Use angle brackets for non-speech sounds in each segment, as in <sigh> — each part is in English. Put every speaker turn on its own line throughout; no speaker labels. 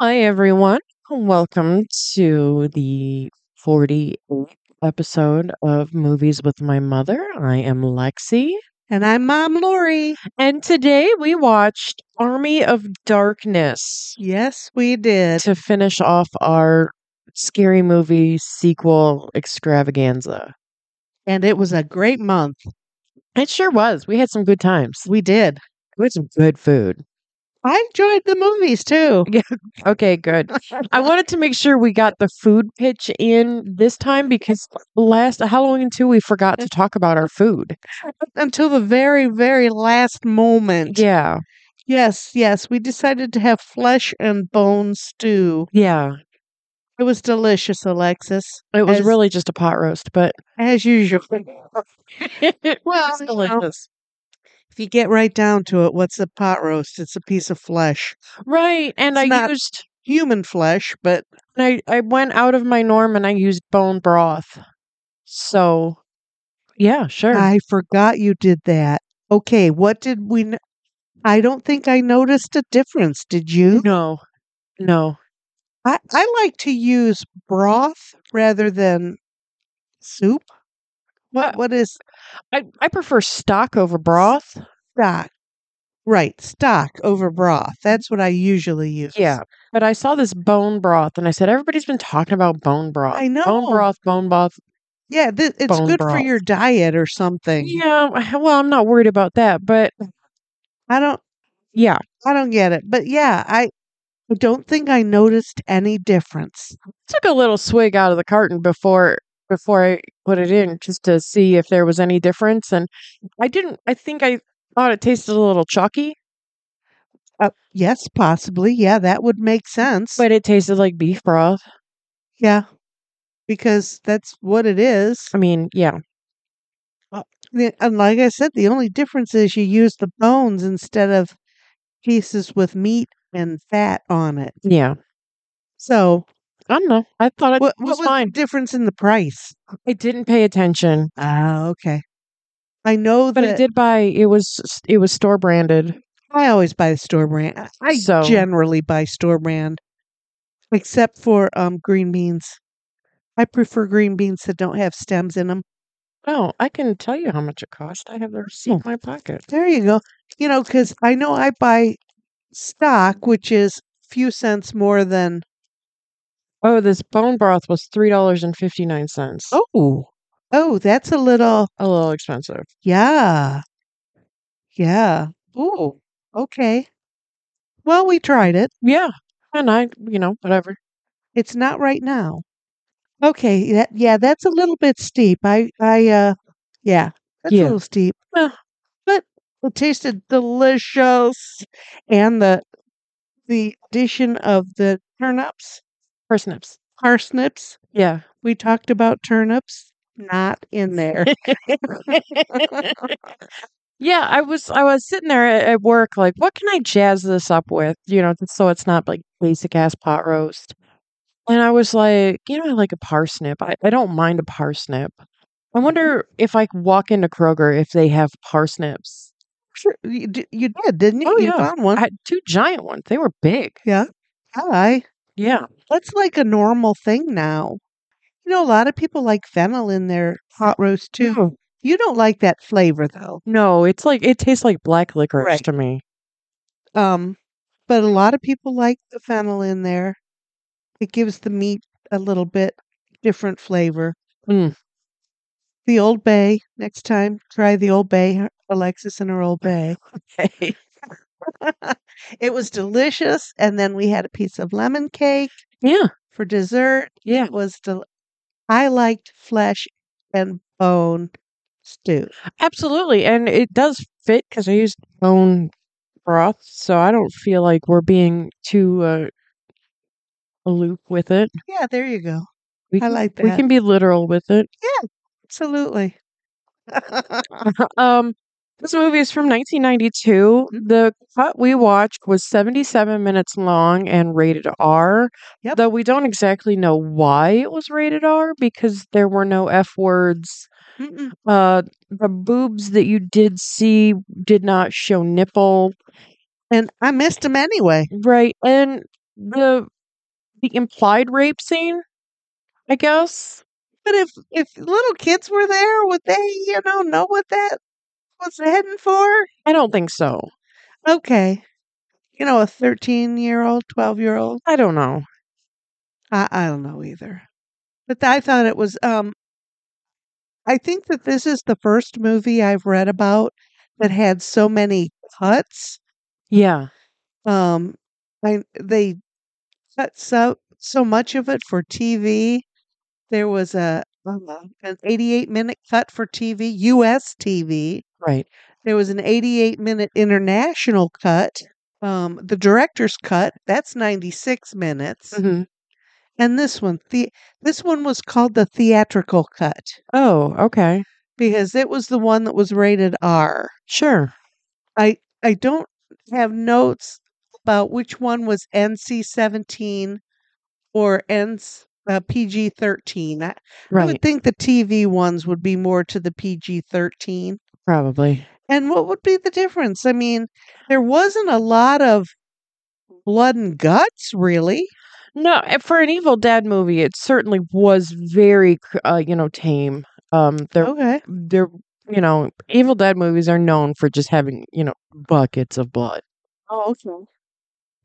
Hi, everyone. Welcome to the 48th episode of Movies with My Mother. I am Lexi.
And I'm Mom Lori.
And today we watched Army of Darkness
Yes, we did.
to finish off our scary movie sequel extravaganza.
And it was a great month.
It sure was. We had some good times.
We did.
We had some good food.
I enjoyed the movies too.
Okay, good. <laughs> I wanted to make sure we got the food pitch in this time because last Halloween 2, we forgot to talk about our food.
Until the very, very last moment.
Yeah.
Yes, yes. We decided to have flesh and bone stew.
Yeah.
It was delicious, Alexis,
It was
As-
really just a pot roast,
<laughs>
but <laughs>
as usual.
it
Well,
was
you know.
delicious.
if you get right down to it, what's a pot roast? It's a piece of flesh.
Right. And I
It's not-
used,
Human flesh, but
I, I went out of my norm and I used bone broth. So, yeah, sure.
I forgot you did that. Okay, what did we? n- I don't think I noticed a difference. Did you?
no, no.
I, I like to use broth rather than soup. What
Uh,
what is
I, I prefer stock over broth.
stock? Right, stock over broth. That's what I usually use.
Yeah. But I saw this bone broth and I said, everybody's been talking about bone broth.
I
Bone
know.
broth, bone broth.
Yeah, th- it's
Bone
good for
broth.
your diet or something.
Yeah. Well, I'm not worried about that. But
I don't
yeah.
I don't get it. But yeah, I I don't think I noticed any difference.
took a little swig out of the carton before before I put it in just to see if there was any difference and I didn't I think I thought it tasted a little chalky
Uh, yes, possibly. Yeah, that would make sense.
but it tasted like beef broth.
yeah, because that's what it is.
I mean, yeah.
The- And like I said, the only difference is you use the bones instead of pieces with meat and fat on it.
Yeah.
So,
I don't know. I thought it
what what
was
was the
fine.
difference in the price?
I didn't pay attention,
Ah, okay. I know
but I
that
did buy it was s- it was store branded.
I always buy store brand. I I
So,
generally buy store brand, except for um green beans. I prefer green beans that don't have stems in them.
oh, I can tell you how much it cost. I have the receipt in my pocket.
There you go. You know, because I know I buy stock, which is few cents more than
Oh, this bone broth was $3.59.
oh oh that's a little
A little expensive.
Yeah. Yeah. Ooh. Okay. Well, we tried it.
Yeah. And I, you know, whatever.
It's not right now. Okay. That, yeah, that's a little bit steep. I I uh yeah, that's a
Yeah.
little steep.
Eh.
But it tasted delicious. And the the addition of the turnips,
Parsnips.
parsnips.
Yeah.
We talked about turnips. Not
<laughs>
in there.
yeah, I was I was sitting there at, at work like, what can I jazz this up with? You know, just so it's not like basic ass pot roast. And I was like, you know, I like a parsnip. I, I don't mind a parsnip. I wonder if I walk into Kroger if they have parsnips.
Sure, you, d- you did, didn't you?
Oh
You
yeah.
found one.
I had two giant ones. They were big.
Yeah. Hi.
Yeah.
that's like a normal thing now. You know, a lot of people like fennel in their hot roast too.
No,
You don't like that flavor though.
no it's like it tastes like black licorice
Right.
to me.
Um, but a lot of people like the fennel in there. It gives the meat a little bit different flavor.
Mm.
The Old Bay, next time, try the Old Bay, her- Alexis and her Old Bay. <laughs> it was delicious. And then we had a piece of lemon cake
yeah.
for dessert.
Yeah.
It was, del- I liked flesh and bone stew.
Absolutely. And it does fit because I used bone broth, so I don't feel like we're being too uh, aloof with it.
Yeah, there you go.
We
I
can
like
we
that.
can be literal with it.
Absolutely.
um, this movie is from 1992.
Mm-hmm.
The cut we watched was 77 minutes long and rated R.
Yep.
Though we don't exactly know why it was rated R because there were no F words.
Mm-mm.
Uh, the boobs that you did see did not show nipple.
and I missed him anyway.
Right. And the the implied rape scene, I guess.
But if if little kids were there, would they, you know, know what that was heading for?
I don't think so.
Okay. You know, a 13 year old, 12 year old.
I don't know.
I, I don't know either. But I thought it was, um, I think that this is the first movie I've read about that had so many cuts.
Yeah.
Um, I, they cut so, so much of it for TV. There was a, um, an 88 minute cut for TV, US TV.
Right.
There was an 88 minute international cut, um, the director's cut. That's 96 minutes,
hmm
and this one, the this one was called the theatrical cut
Oh, okay.
because it was the one that was rated R.
Sure.
I I don't have notes about which one was NC-17 or NC uh, PG-13. I, I would
Right.
think the TV ones would be more to the PG-13.
Probably.
And what would be the difference? I mean, there wasn't a lot of blood and guts, really.
No, uh, for an Evil Dead movie, it certainly was very, c- uh, you know, tame. Um, there,
Okay.
there, you know, Evil Dead movies are known for just having, you know, buckets of blood,
Oh, okay.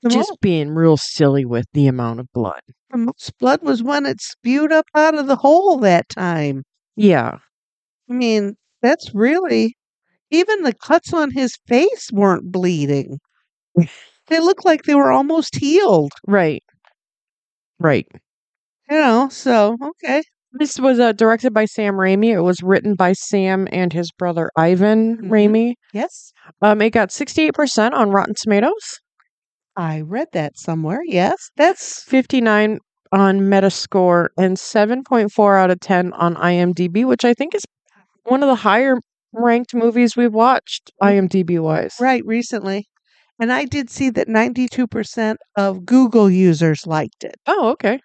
The,
just
mo-
being real silly with the amount of blood.
the most blood was when it spewed up out of the hole that time.
Yeah.
I mean, that's really, even the cuts on his face weren't bleeding. They looked like they were almost healed,
Right. Right.
you know? So, okay.
This was uh, directed by Sam Raimi. It was written by Sam and his brother Ivan
hmm
Raimi.
Yes.
Um, it got 68% on Rotten Tomatoes,
I read that somewhere. Yes. That's
59 on Metascore, and 7.4 out of 10 on IMDb, which I think is one of the higher ranked movies we've watched IMDb wise.
right recently. And I did see that 92% of Google users liked it.
Oh, okay.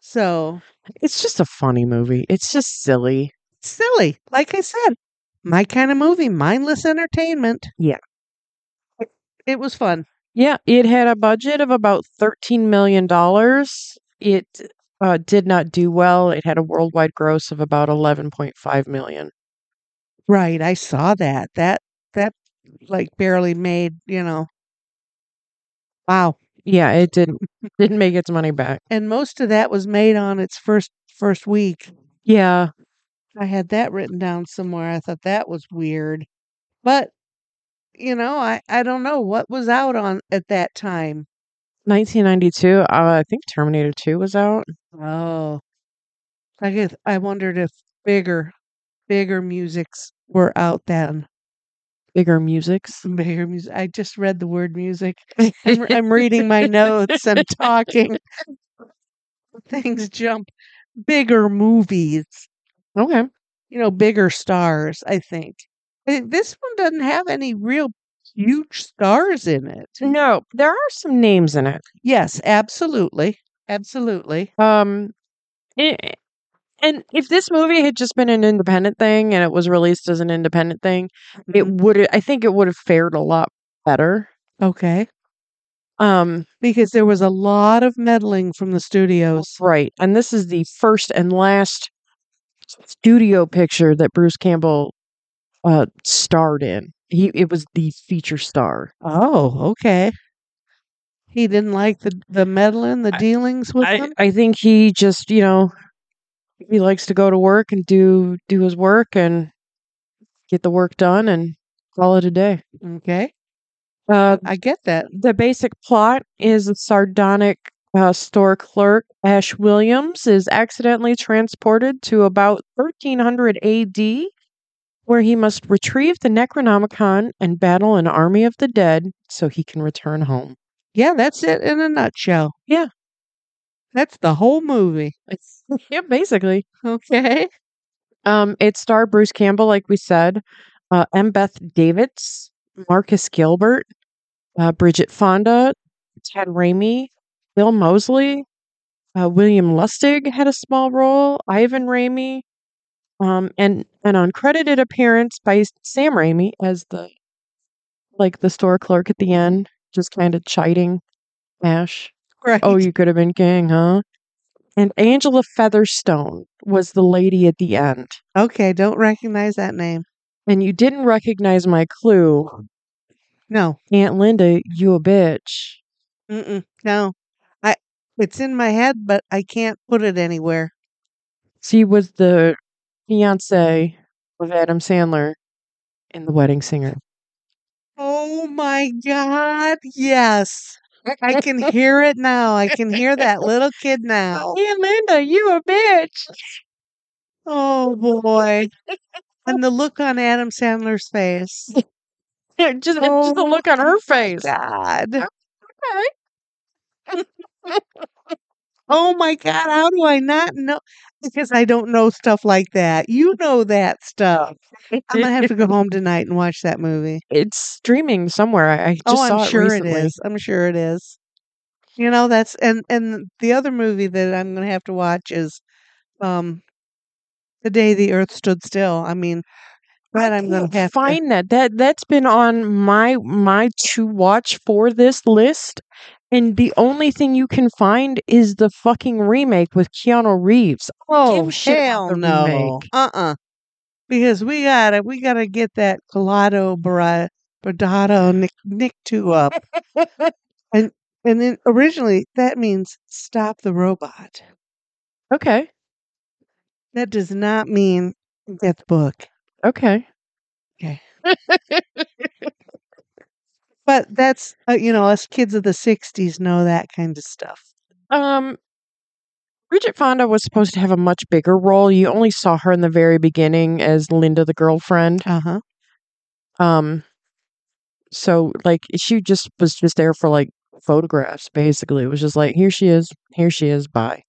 So
It's just a funny movie. It's just silly.
silly. Like I said, my kind of movie, mindless entertainment.
Yeah.
It it was fun.
Yeah, it had a budget of about $13 million. It uh, did not do well. It had a worldwide gross of about 11.5 million.
Right. I saw that. That, that like barely made, you know, wow.
Yeah, it didn't didn't make its money back.
And most of that was made on its first, first week.
Yeah.
I had that written down somewhere. I thought that was weird. But, you know, I, I don't know what was out on at that time.
1992, uh, I think Terminator 2 was out.
Oh, I guess I wondered if bigger, bigger musics were out then. <laughs>
Bigger musics.
Bigger music. I just read the word music. <laughs> I'm, re- I'm reading my notes. I'm talking. <laughs> Things jump. Bigger movies.
okay.
You know, bigger stars. I think Eh, this one doesn't have any real huge stars in it.
No, there are some names in it.
Yes, absolutely, absolutely.
Um i- and if this movie had just been an independent thing and it was released as an independent thing, it
Mhm.
would I think it would have fared a lot better.
Okay,
Um
because there was a lot of meddling from the studios.
right. And this is the first and last studio picture that Bruce Campbell uh starred in. He it was the feature star.
Oh, okay. He didn't like the the meddling, the dealings with
I
them.
I think he just you know he likes to go to work and do do his work and get the work done and call it a day.
Okay,
Uh,
I, I get that.
the basic plot is a sardonic uh, store clerk Ash Williams is accidentally transported to about 1300 A.D. Where he must retrieve the Necronomicon and battle an army of the dead so he can return home.
Yeah, that's it in a nutshell.
Yeah,
That's the whole movie. <laughs>
it's, <laughs> yeah, basically.
Okay.
Um, it starred Bruce Campbell, like we said, uh, M. Beth Davids, Marcus Gilbert, uh, Bridget Fonda, Ted Raimi, Bill Mosley, uh, William Lustig had a small role, Ivan Raimi, um, and an uncredited appearance by S- Sam Raimi as the like the store clerk at the end, just kind of chiding Ash.
Right.
Oh, you could have been king, huh? And Angela Featherstone was the lady at the end.
Okay. Don't recognize that name.
And you didn't recognize my clue.
No.
Aunt Linda, you a bitch.
Mm-mm, no. I. It's in my head, but I can't put it anywhere.
She was the fiance of Adam Sandler in The Wedding Singer.
Oh my God. Yes.
<laughs>
I can hear it now. I can hear that little kid now.
Aunt Linda, you a bitch. <laughs>
Oh boy. And the look on Adam Sandler's
<laughs>
face.
just, just the
Oh
look on her face.
God.
Okay.
Oh my God. How do I not know? Because I don't know stuff like that. You know that stuff. I'm going to have to go
<laughs>
home tonight and watch that movie.
It's streaming somewhere. I I just
Oh,
saw
I'm sure
it
it
recently.
is. I'm sure it is. You know, that's and and the other movie that I'm going to have to watch is um The Day the Earth Stood Still. I mean, that I'm going
can't
to have to.
find that. That that's been on my my to watch for this list, and the only thing you can find is the fucking remake with Keanu
<laughs>
Reeves.
Oh,
Give a shit about
hell
the
no.
remake.
Uh-uh. Because we got to we got to get that Colado Bra Bradado Nick Nick two <laughs> up. And and then originally that means stop the robot.
Okay,
That does not mean get the book.
okay.
Okay. But that's uh, you know us kids of the '60s know that kind of stuff.
Um, Bridget Fonda was supposed to have a much bigger role. You only saw her in the very beginning as Linda, the girlfriend.
Uh huh.
Um, so like she just was just there for like photographs. Basically, it was just like here she is, here she is, bye.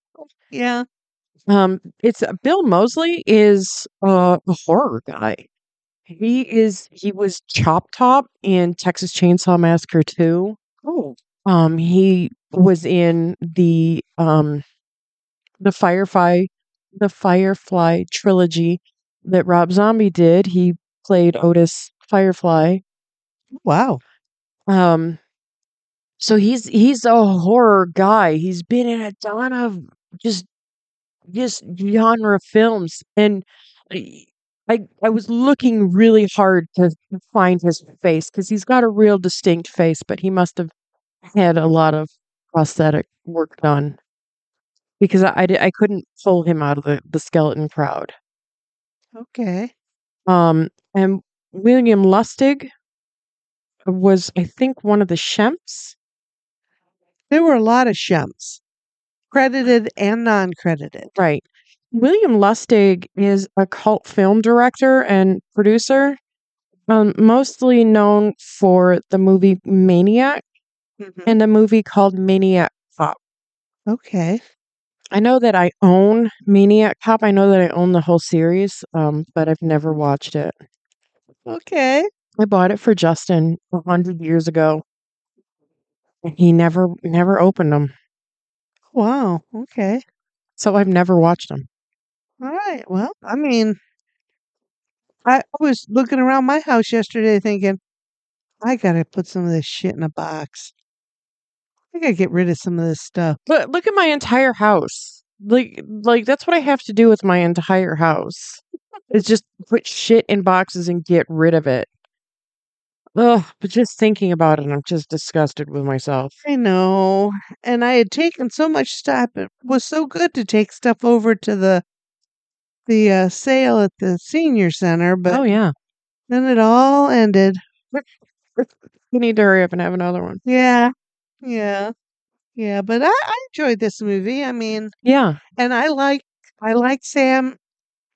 Yeah.
Um, it's uh, Bill Mosley is uh, a horror guy. He is he was Chop Top in Texas Chainsaw Massacre 2.
Oh.
Um, he was in the um the Firefly the Firefly trilogy that Rob Zombie did. He played Otis Firefly.
Wow.
Um, so he's he's a horror guy. He's been in a ton of just just genre films and I I I was looking really hard to find his face cuz he's got a real distinct face but he must have had a lot of prosthetic work done because I I, di- I couldn't pull him out of the, the skeleton crowd.
Okay.
Um and William Lustig was I think one of the Shemps.
There were a lot of shemps, credited and non-credited.
Right. William Lustig is a cult film director and producer, um, mostly known for the movie Maniac
Mhm.
and a movie called Maniac Cop.
Okay.
I know that I own Maniac Cop. I know that I own the whole series, um, but I've never watched it.
Okay.
I bought it for Justin a hundred years ago, and he never never opened them,
Wow. Okay.
so I've never watched them.
All right. Well, I mean, I I was looking around my house yesterday thinking, I gotta put some of this shit in a box. I gotta get rid of some of this stuff.
But look at my entire house. Like like that's what I have to do with my entire house. Is just put shit in boxes and get rid of it. Ugh, but just thinking about it, I'm just disgusted with myself.
I know. And I had taken so much stuff. It was so good to take stuff over to the the uh, sale at the senior center, but
Oh yeah.
then it all ended.
We need to hurry up and have another one.
Yeah. Yeah. Yeah, but I, I enjoyed this movie. I mean,
Yeah.
and I like I like Sam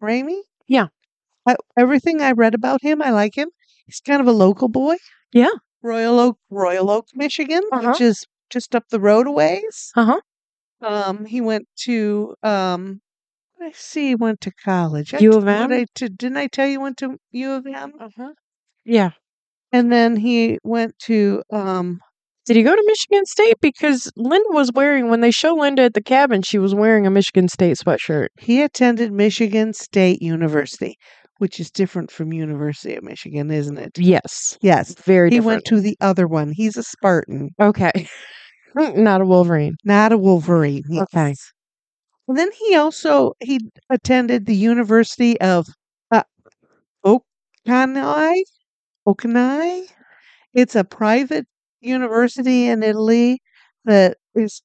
Raimi.
Yeah.
I, everything I read about him, I like him. He's kind of a local boy.
Yeah.
Royal Oak, Royal Oak, Michigan,
Uh-huh.
which is just up the road a ways.
Uh-huh.
Um, he went to um, I see, he went to college. I
U
t-
of
what
M?
I t- didn't I tell you went to U of M,
Uh-huh. Yeah.
and then he went to um,
Did he go to Michigan State? Because Linda was wearing when they show Linda at the cabin, she was wearing a Michigan State sweatshirt.
he attended Michigan State University, which is different from University of Michigan, isn't it?
Yes.
Yes,
Very
he
different.
went to the other one. He's a Spartan.
Okay. <laughs> Mm, Not a Wolverine.
not a Wolverine.
Okay.
yes. And then he also he attended the University of uh, Okanai. Okanai. It's a private university in Italy that is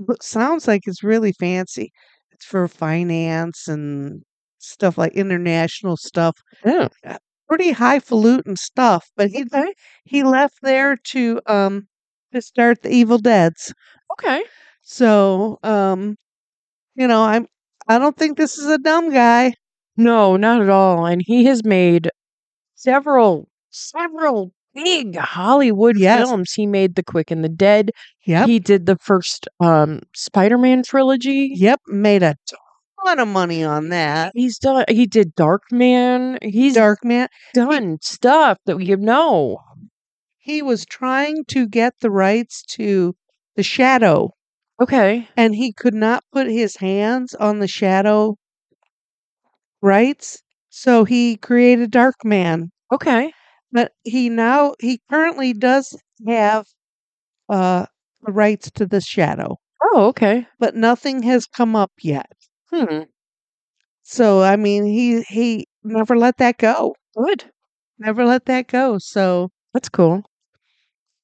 lo- sounds like it's really fancy. It's for finance and stuff like international stuff, Uh,
Oh,
pretty highfalutin stuff. But he
okay.
he left there to um to start the Evil Dead's.
Okay.
So, um, you know, I'm I don't think this is a dumb guy.
No, not at all. And he has made several, several big Hollywood
Yes.
films. He made The Quick and the Dead.
Yep.
He did the first um, Spider-Man trilogy.
Yep. Made a ton of money on that.
He's done. He did Dark Man. He's
Dark Man.
done stuff that you know.
He was trying to get the rights to the shadow,
Okay.
and he could not put his hands on the shadow rights. So he created Dark Man.
Okay.
But he now he currently does have uh the rights to the shadow,
Oh, okay.
but nothing has come up yet.
Hmm.
So I mean, he he never let that go.
Good.
Never let that go. So
That's cool.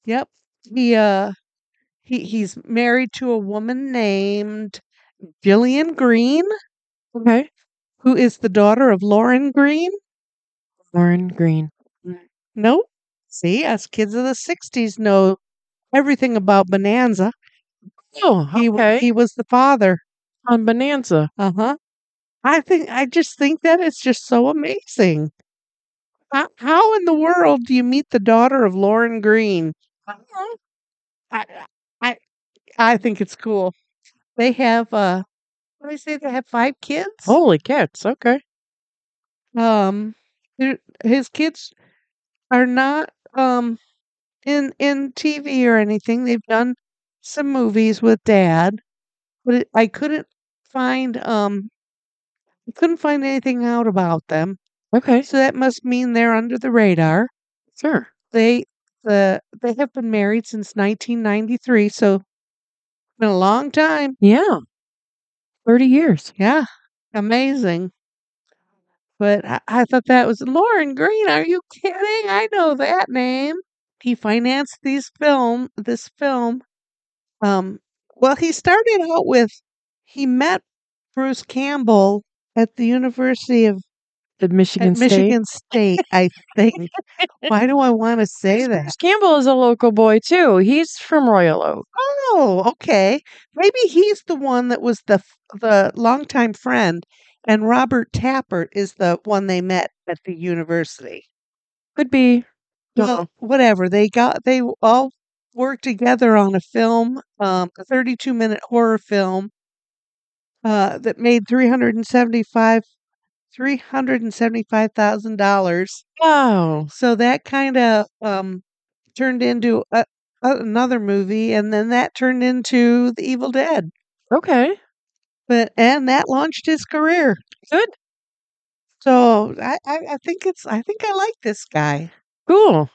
yep, he uh he he's married to a woman named Jillian Green,
Okay.
who is the daughter of Lauren Green.
Lauren Green.
Nope. See, us kids of the '60s know everything about Bonanza.
Oh,
He w-
okay.
he was the father.
On Bonanza.
Uh huh. I think I just think that it's just so amazing. How, how in the world do you meet the daughter of Lauren Green? I I I think it's cool. They have uh let me say they have five kids.
Holy cats. Okay.
Um they're- his kids are not um in in TV or anything. They've done some movies with dad, but it, I couldn't find um I couldn't find anything out about them.
Okay.
So that must mean they're under the radar.
Sure.
They the they have been married since 1993, so been a long time.
Yeah. 30 years.
Yeah. Amazing. But I, I thought that was Lauren Green. Are you kidding? I know that name. He financed these film this film. Um well he started out with he met Bruce Campbell at the University of
At
at
Michigan State.
Michigan State, I think. Why do
<laughs>
I want to say that?
Bruce Campbell is a local boy too. He's from Royal Oak.
Oh, okay. Maybe he's the one that was the f- the longtime friend and Robert Tappert is the one they met at the university.
Could be. Don't
well
know.
whatever they got they w- all worked together on a film um, a 32 minute horror film uh, that made 375 $375000
Wow.
so that kind of um, turned into a, a, another movie and then that turned into the evil dead
Okay.
but and that launched his career
Good.
so i, I, I think it's i think i like this guy
Cool.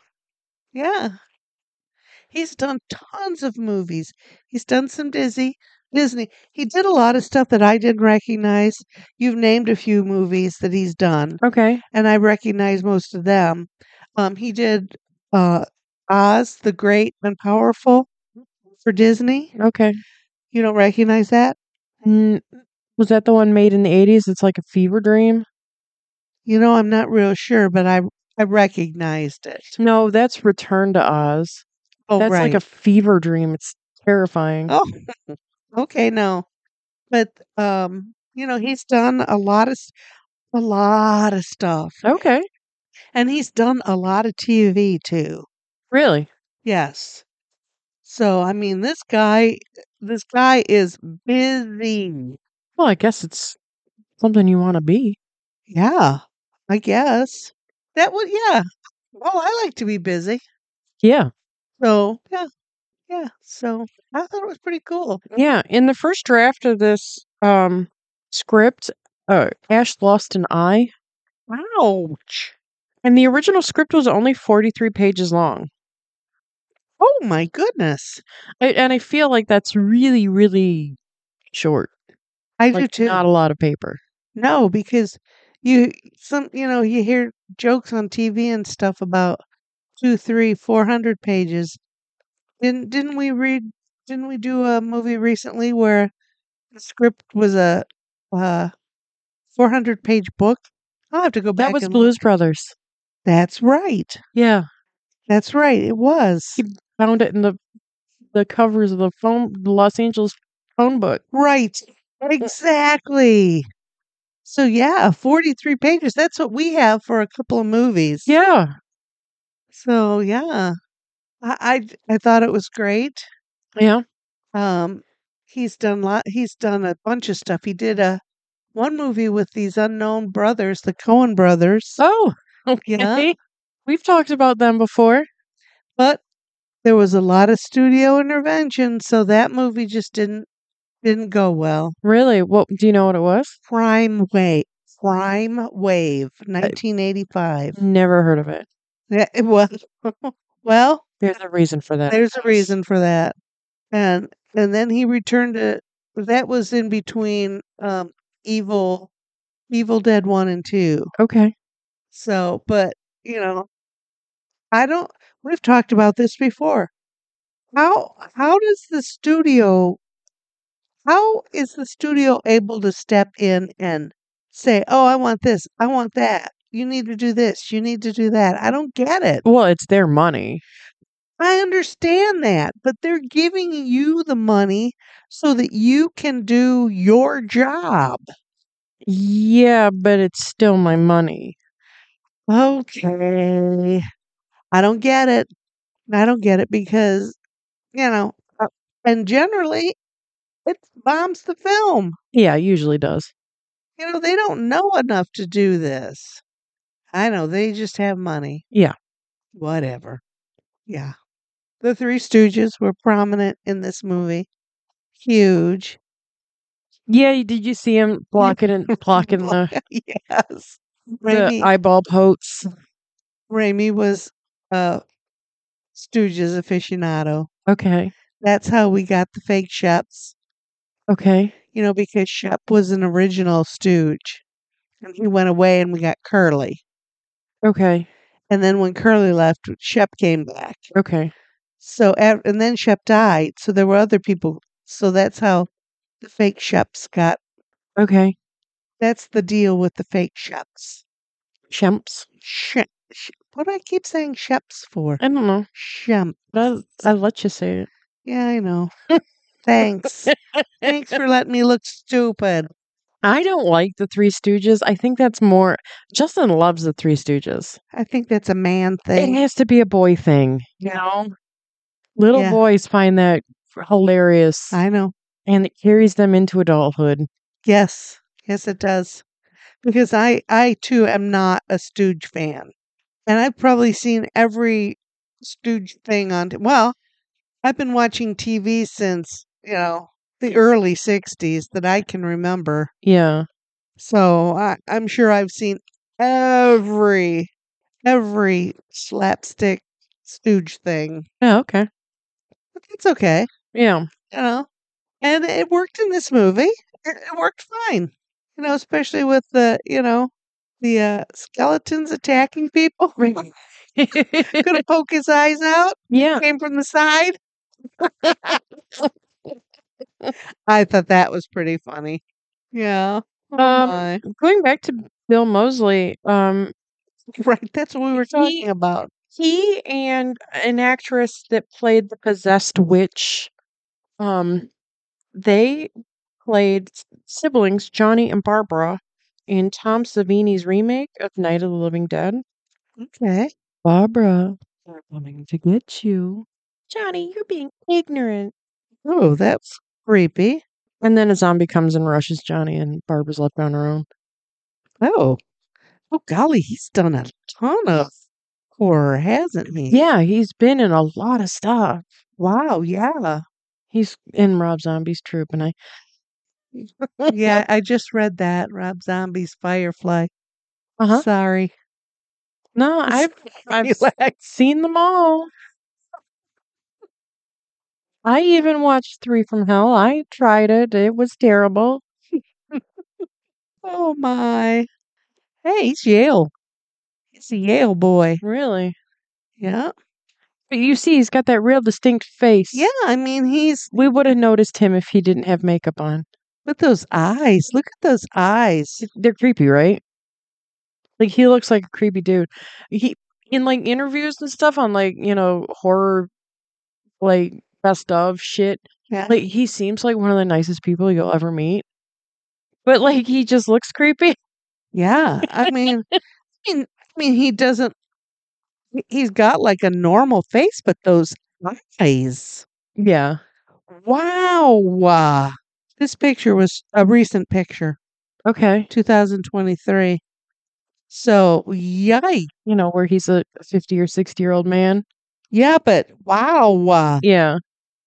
yeah He's done tons of movies. He's done some Disney. Disney. He did a lot of stuff that I didn't recognize. You've named a few movies that he's done,
Okay.
and I recognize most of them. Um, he did uh, Oz the Great and Powerful for Disney.
Okay.
You don't recognize that?
Mm, was that the one made in the 80s? It's like a fever dream.
You know, I'm not real sure, but I I recognized it.
No, that's Return to Oz.
Oh,
That's like a
right.
fever dream. It's terrifying.
Oh, okay, no, but um, you know, he's done a lot of s- a lot of stuff.
Okay.
And he's done a lot of TV too.
Really?
Yes. So I mean this guy this guy is busy.
Well, I guess it's something you want to be.
Yeah, I guess. That would yeah. Well, I like to be busy.
Yeah.
So yeah, yeah. So I thought it was pretty cool.
Yeah. In the first draft of this um, script, uh, Ash lost an eye,
Ouch.
and the original script was only 43 pages long.
Oh my goodness.
I, and I feel like that's really, really short.
I do
Like
too.
not a lot of paper.
No, because you some you know you hear jokes on TV and stuff about two, three, four hundred pages. Didn't didn't we read? Didn't we do a movie recently where the script was a uh, four hundred page book? I'll have to go back.
That was
and-
Blues Brothers.
That's right.
Yeah,
That's right. It was
He- found it in the the covers of the phone the Los Angeles phone book. <laughs>
right. Exactly. So yeah, forty three pages. That's what we have for a couple of movies.
Yeah,
So yeah, I I, d- I thought it was great.
yeah.
Um, he's done lot. He's done a bunch of stuff. He did a one movie with these unknown brothers, the Cohen brothers.
Oh, <laughs>
Yeah.
okay. We've talked about them before.
But there was a lot of studio intervention, so that movie just didn't didn't go well.
Really? What do you know what it was?
Prime Wave, Prime Wave, nineteen eighty five.
Never heard of it.
Yeah, it was. <laughs> well,
There's a reason for that.
there's a reason for that. And and then he returned to that was in between um Evil Evil Dead 1 and 2.
Okay.
So, but you know, I don't we've talked about this before. How how does the studio how is the studio able to step in and say, "Oh, I want this. I want that. You need to do this. You need to do that." I don't get it.
Well, it's their money.
I understand that, but they're giving you the money so that you can do your job.
Yeah, but it's still my money.
Okay. I don't get it. I don't get it because, you know, uh, and generally it bombs the film.
Yeah, it usually does.
You know, they don't know enough to do this. I know they just have money.
Yeah.
Whatever. Yeah. The Three Stooges were prominent in this movie. Huge.
Yeah, y- did you see him blocking and blocking
<laughs>
the,
yes.
the
Raimi,
eyeball pokes?
Raimi was a Stooges aficionado.
Okay.
That's how we got the fake Sheps,
Okay.
you know, because Shep was an original Stooge. And he went away and we got Curly.
Okay.
And then when Curly left, Shep came back.
Okay.
So, a- and then Shep died. So there were other people. So that's how the fake Sheps got.
Okay.
That's the deal with the fake Sheps.
Chimps.
Shep. Shep- What do I keep saying Sheps for?
I don't know.
Shemp.
But I, I let you say it.
Yeah, I know. Thanks. Thanks for letting me look stupid.
I don't like the Three Stooges. I think that's more. Justin loves the Three Stooges.
I think that's a man
It
thing.
has to be a boy thing. You
Yeah.
know, little
Yeah.
boys find that hilarious,
I know.
and it carries them into adulthood.
Yes. Yes, it does. Because I, I too am not a Stooge fan. And I've probably seen every Stooge thing on. T- well, I've been watching TV since, you know, the early 60s that I can remember.
Yeah,
So I, I'm sure I've seen every, every slapstick Stooge thing.
yeah, okay,
But that's okay. <laughs>
yeah, <laughs>
you know, and it worked in this movie. It, it worked fine, you know, especially with the, you know, the uh, skeletons attacking people. <laughs>
Mm-hmm.
Gonna poke his eyes out.
yeah.
Came from the side. <laughs> I thought that was pretty funny. Yeah. Oh
Um,
my.
Going back to Bill Mosley, um,
<laughs> Right. That's what we were
he-
talking about.
he and an actress that played the possessed witch, um, they played s- siblings Johnny and Barbara in Tom Savini's remake of Night of the Living Dead.
Okay.
Barbara, they're coming to get you. Johnny, you're being ignorant.
Oh, that's creepy.
And then a zombie comes and rushes Johnny, and Barbara's left on her own.
Oh. Oh, golly. He's done a ton of horror, hasn't he?
Yeah, he's been in a lot of stuff.
Wow. Yeah.
He's in Rob Zombie's troupe, and I.
Yeah, I just read that Rob Zombie's Firefly.
Uh huh.
Sorry,
No, I've I've s-
Relax.
seen them all. I even watched Three from Hell. I tried it. It was terrible.
Oh my. Hey, he's Yale. He's a Yale boy.
Really.
Yeah.
But you see, he's got that real distinct face.
Yeah, I mean he's
We would have noticed him if he didn't have makeup on.
with those eyes. Look at those eyes.
They're creepy, right? Like he looks like a creepy dude. He in like interviews and stuff on like, you know, horror like best of shit.
Yeah.
Like he seems like one of the nicest people you'll ever meet. But like he just looks creepy.
Yeah. I mean I mean I mean he doesn't he- he's got like a normal face, but those eyes.
Yeah.
Wow. This picture was a recent picture,
Okay.
2023. So, yikes.
You know, where he's a 50 or 60 year old man.
Yeah, but wow. uh,
Yeah.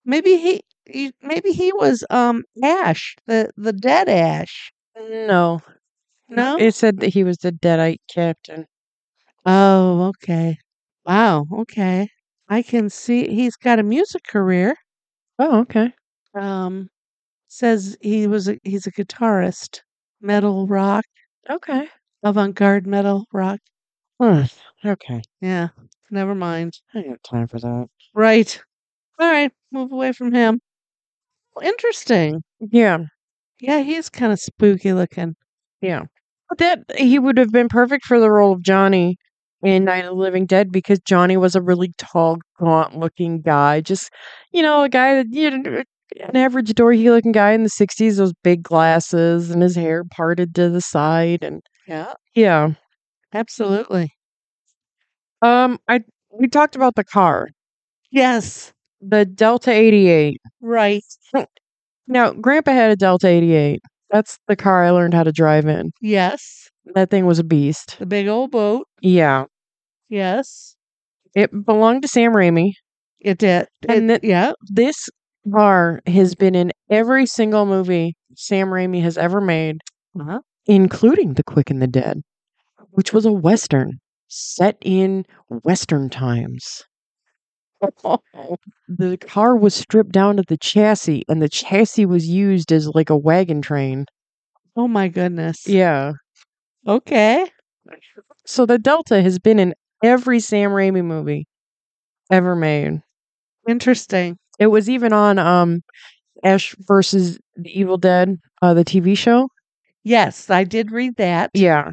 Maybe he, he maybe he was um Ash, the the dead Ash.
No.
No?
It said that he was the deadite captain.
Oh, okay. Wow, okay. I can see he's got a music career.
Oh, okay.
Um says he was a, he's a guitarist, metal rock,
Okay.
avant-garde metal rock.
Okay.
Yeah, never mind.
I don't have time for that.
Right. All right, move away from him. Well, interesting.
Yeah.
Yeah, he's kind of spooky looking.
Yeah. But that he would have been perfect for the role of Johnny in Night of the Living Dead because Johnny was a really tall, gaunt looking guy. Just you know, a guy that you know, an average dorky looking guy in the sixties, those big glasses and his hair parted to the side and
Yeah,
yeah.
absolutely.
Um I we talked about the car.
Yes,
The Delta eighty eight.
right.
Now grandpa had a Delta eighty eight. That's the car I learned how to drive in.
Yes,
That thing was a beast.
the big old boat.
Yeah.
Yes,
It belonged to Sam Raimi.
it did.
And
It-
the-
yeah,
this car has been in every single movie Sam Raimi has ever made,
uh-huh.
including The Quick and the Dead, which was a Western set in Western times. <laughs> The car was stripped down to the chassis, and the chassis was used as like a wagon train.
Oh my goodness.
Yeah.
Okay.
So the Delta has been in every Sam Raimi movie ever made.
Interesting.
It was even on um, Ash versus the Evil Dead, uh, the TV show.
Yes, I did read that.
Yeah.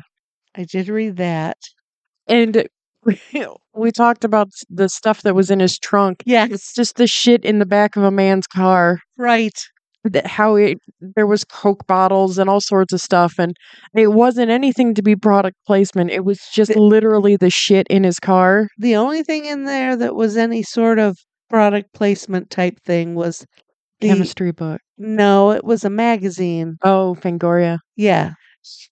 I did read that.
and <laughs> we talked about s- the stuff that was in his trunk. It's
Yes,
just the shit in the back of a man's car.
right.
That how it there was coke bottles and all sorts of stuff, and it wasn't anything to be product placement. It was just
The-
literally the shit in his car.
The only thing in there that was any sort of product placement type thing was the
chemistry book.
no, it was a magazine.
Oh, Fangoria.
Yeah.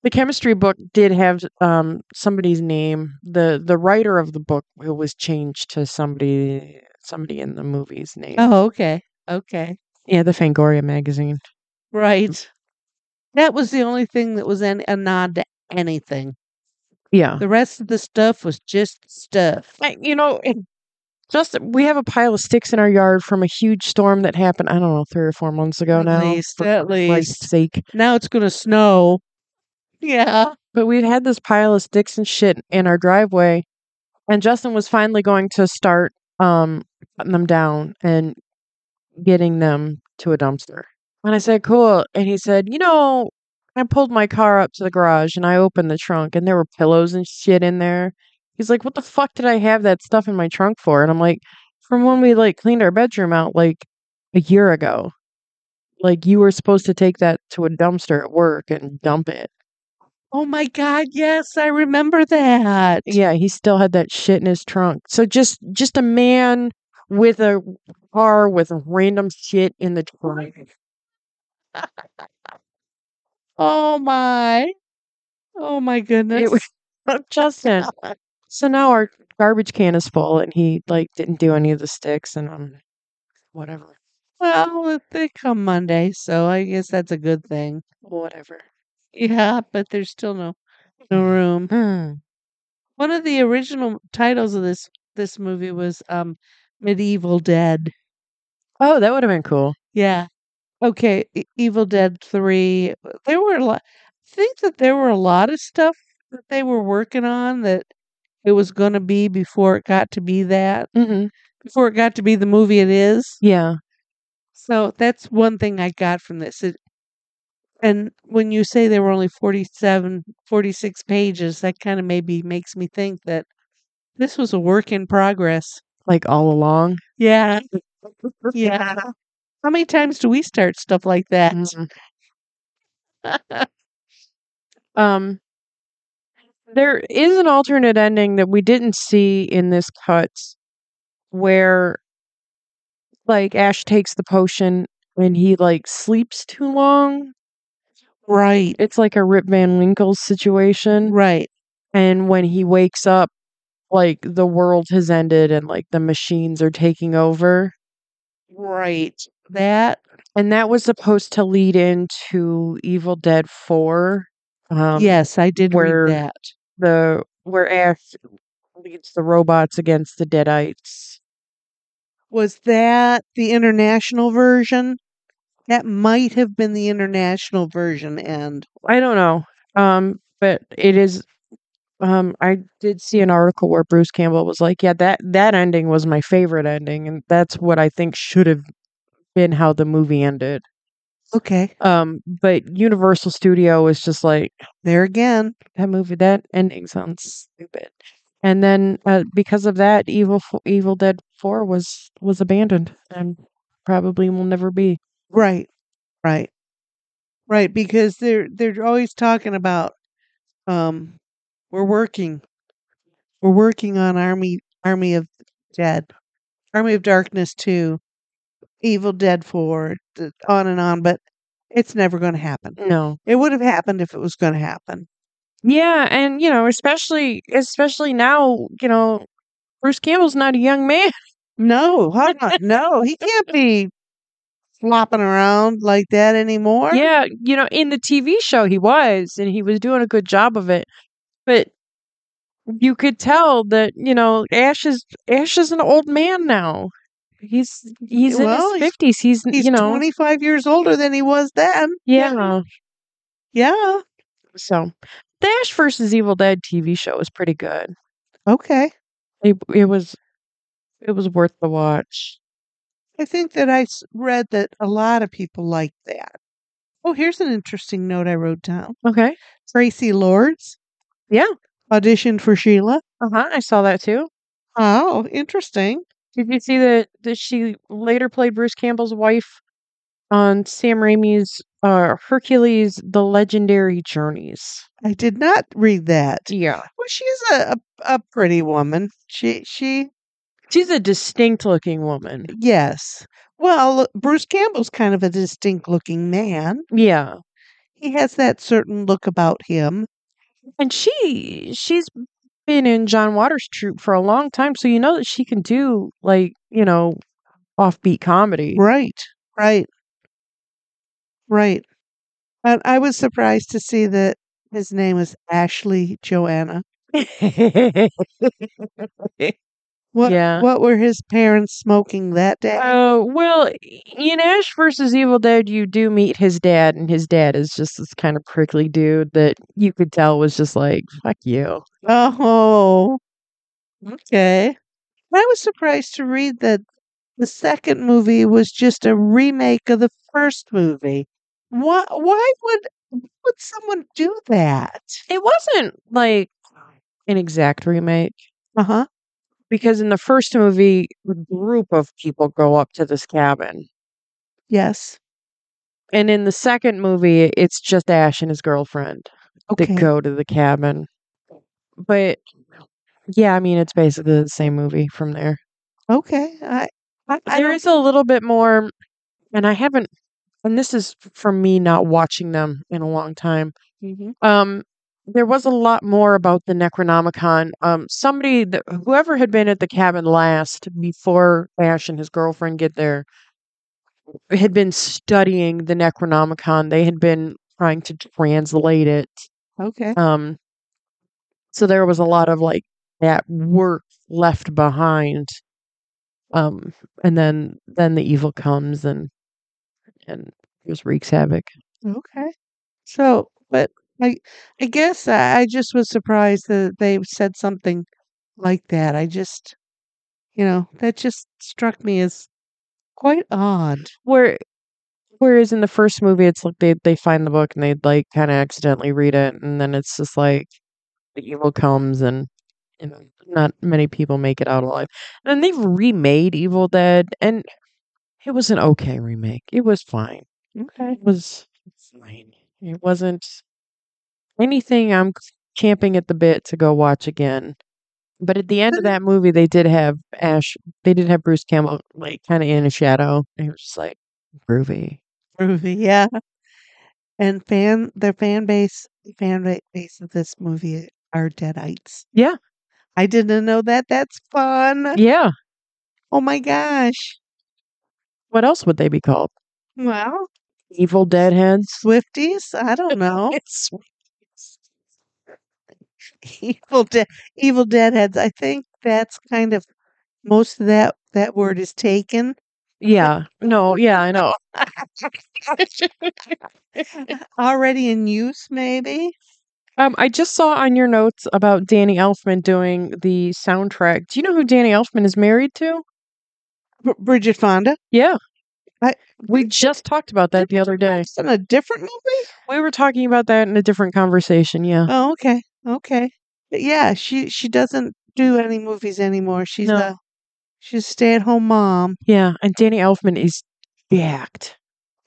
The chemistry book did have um somebody's name. the The writer of the book it was changed to somebody somebody in the movie's name.
Oh, okay. Okay.
Yeah, the Fangoria magazine.
Right. That was the only thing that was an, a nod to anything.
Yeah.
The rest of the stuff was just stuff.
I, you know, it, just we have a pile of sticks in our yard from a huge storm that happened. I don't know, three or four months ago
At
now.
least,
for
at
Christ's
least.
sake!
Now it's going to snow. Yeah.
But we've had this pile of sticks and shit in our driveway, and Justin was finally going to start um putting them down and getting them to a dumpster. And I said, "Cool," and he said, "You know." I pulled my car up to the garage and I opened the trunk and there were pillows and shit in there. He's like, "What the fuck did I have that stuff in my trunk for?" And I'm like, "From when we like cleaned our bedroom out like a year ago. Like you were supposed to take that to a dumpster at work and dump it."
Oh my God. Yes, I remember that.
Yeah, he still had that shit in his trunk. So just just a man with a car with random shit in the trunk.
Oh my. Oh my goodness.
It was <laughs> Justin. So now our garbage can is full, and he like didn't do any of the sticks, and um, whatever,
Well, it- they come Monday, so I guess that's a good thing.
whatever.
Yeah, but there's still no no room.
Hmm.
One of the original titles of this this movie was um Medieval Dead.
Oh, that would have been cool.
Yeah. Okay. E- Evil Dead 3. There were a lot. I think that there were a lot of stuff that they were working on that it was going to be before it got to be that,
hmm
before it got to be the movie it is.
Yeah.
So that's one thing I got from this. It, and when you say there were only 47, 46 pages, that kind of maybe makes me think that this was a work in progress.
Like all along.
Yeah. Yeah. How many times do we start stuff like that?
Mhm. Mm. Um, there is an alternate ending that we didn't see in this cut where like Ash takes the potion and he like sleeps too long.
right.
It's like a Rip Van Winkle situation.
Right.
And when he wakes up, like the world has ended and like the machines are taking over.
Right. That.
And that was supposed to lead into Evil Dead 4. Um,
yes, I did
where-
read that.
The where Ash leads the robots against the Deadites.
Was that the international version? That might have been the international version. And
I don't know. Um, but it is um I did see an article where Bruce Campbell was like, Yeah, that that ending was my favorite ending and that's what I think should have been how the movie ended.
okay,
Um, but Universal Studio was just like
there again.
that movie that ending sounds stupid. And then uh, because of that, Evil F- Evil Dead Four was was abandoned and probably will never be.
Right. Right. Right. Because they're they're always talking about um we're working. We're working on Army Army of Dead. Army of Darkness two, Evil Dead four, th- on and on, but it's never gonna happen.
No.
It would have happened if it was gonna happen.
Yeah, and you know, especially especially now, you know, Bruce Campbell's not a young man. <laughs>
No, how not? No, he can't be flopping around like that anymore.
Yeah, you know, in the TV show he was, and he was doing a good job of it. But you could tell that you know Ash is Ash is an old man now. He's he's
Well,
in his
he's-
fifties. He's,
He's
you know
25 years older than he was then.
yeah.
Yeah.
So the Ash versus Evil Dead TV show was pretty good.
Okay.
It it was it was worth the watch.
I think that I s- read that a lot of people liked that. Oh, here's an interesting note I wrote down.
Okay.
Tracy Lords.
Yeah.
Auditioned for Sheila.
Uh huh. I saw that too.
Oh, interesting.
Did you see that that she later played Bruce Campbell's wife on Sam Raimi's uh, Hercules: The Legendary Journeys?
I did not read that.
Yeah,
Well, she's a, a, a pretty woman. She, she,
she's a distinct-looking woman.
yes. Well, Bruce Campbell's kind of a distinct looking man.
Yeah,
He has that certain look about him.
and she she's been in John Waters' troupe for a long time, so you know that she can do like you know offbeat comedy. <laughs>
Right. Right. Right. And I was surprised to see that his name is Ashley Joanna. What
Yeah.
what were his parents smoking that <laughs> day?
Oh well, in Ash versus Evil Dead, you do meet his dad, and his dad is just this kind of prickly dude that you could tell was just like "fuck you."
oh.
mm-hmm.
Okay. I was surprised to read that the second movie was just a remake of the first movie. Why why would why would someone do that?
It wasn't like an exact remake
Uh-huh.
because in the first movie, a group of people go up to this cabin,
Yes.
and in the second movie, it's just Ash and his girlfriend that
Okay.
go to the cabin. But yeah, I mean, it's basically the same movie from there.
Okay. I I, I
There
don't-
is a little bit more, and I haven't and this is f- from me not watching them in a long time.
Mhm.
Um, there was a lot more about the Necronomicon. Um, somebody, that, whoever had been at the cabin last before Ash and his girlfriend get there, had been studying the Necronomicon. They had been trying to translate it.
Okay.
Um, so there was a lot of like that work left behind Um, and then then the evil comes and and just wreaks havoc.
Okay. So, but I, I guess I, I just was surprised that they said something like that. I just, you know, that just struck me as quite odd.
Where whereas in the first movie, it's like they they find the book and they like kind of accidentally read it, and then it's just like the evil comes and. You know, not many people make it out alive. And then they've remade Evil Dead, and it was an okay remake. It was fine.
Okay. <laughs>
It was fine. It wasn't anything I'm champing at the bit to go watch again. But at the end of that movie, they did have Ash. They did have Bruce Campbell like kind of in a shadow. And it was just like groovy.
Movie, yeah. And fan, their fan base, fan ba- base of this movie are Deadites.
Yeah,
I didn't know that. That's fun.
yeah.
Oh my gosh.
What else would they be called?
Well,
Evil
<laughs>
Deadheads.
Swifties. I don't know.
It's
<laughs> Evil Dead, Evil Deadheads. I think that's kind of most of that that word is taken.
yeah. No, yeah, I know.
Already in use, maybe.
Um, I just saw on your notes about Danny Elfman doing the soundtrack. Do you know who Danny Elfman is married to?
Br- Bridget Fonda.
Yeah.
I-
we just talked about that the other day.
It's in a different movie.
We were talking about that in a different conversation. Yeah.
Oh, okay, okay. But yeah, she she doesn't do any movies anymore. She's
No.
a she's stay at home mom.
Yeah. And Danny Elfman is jacked.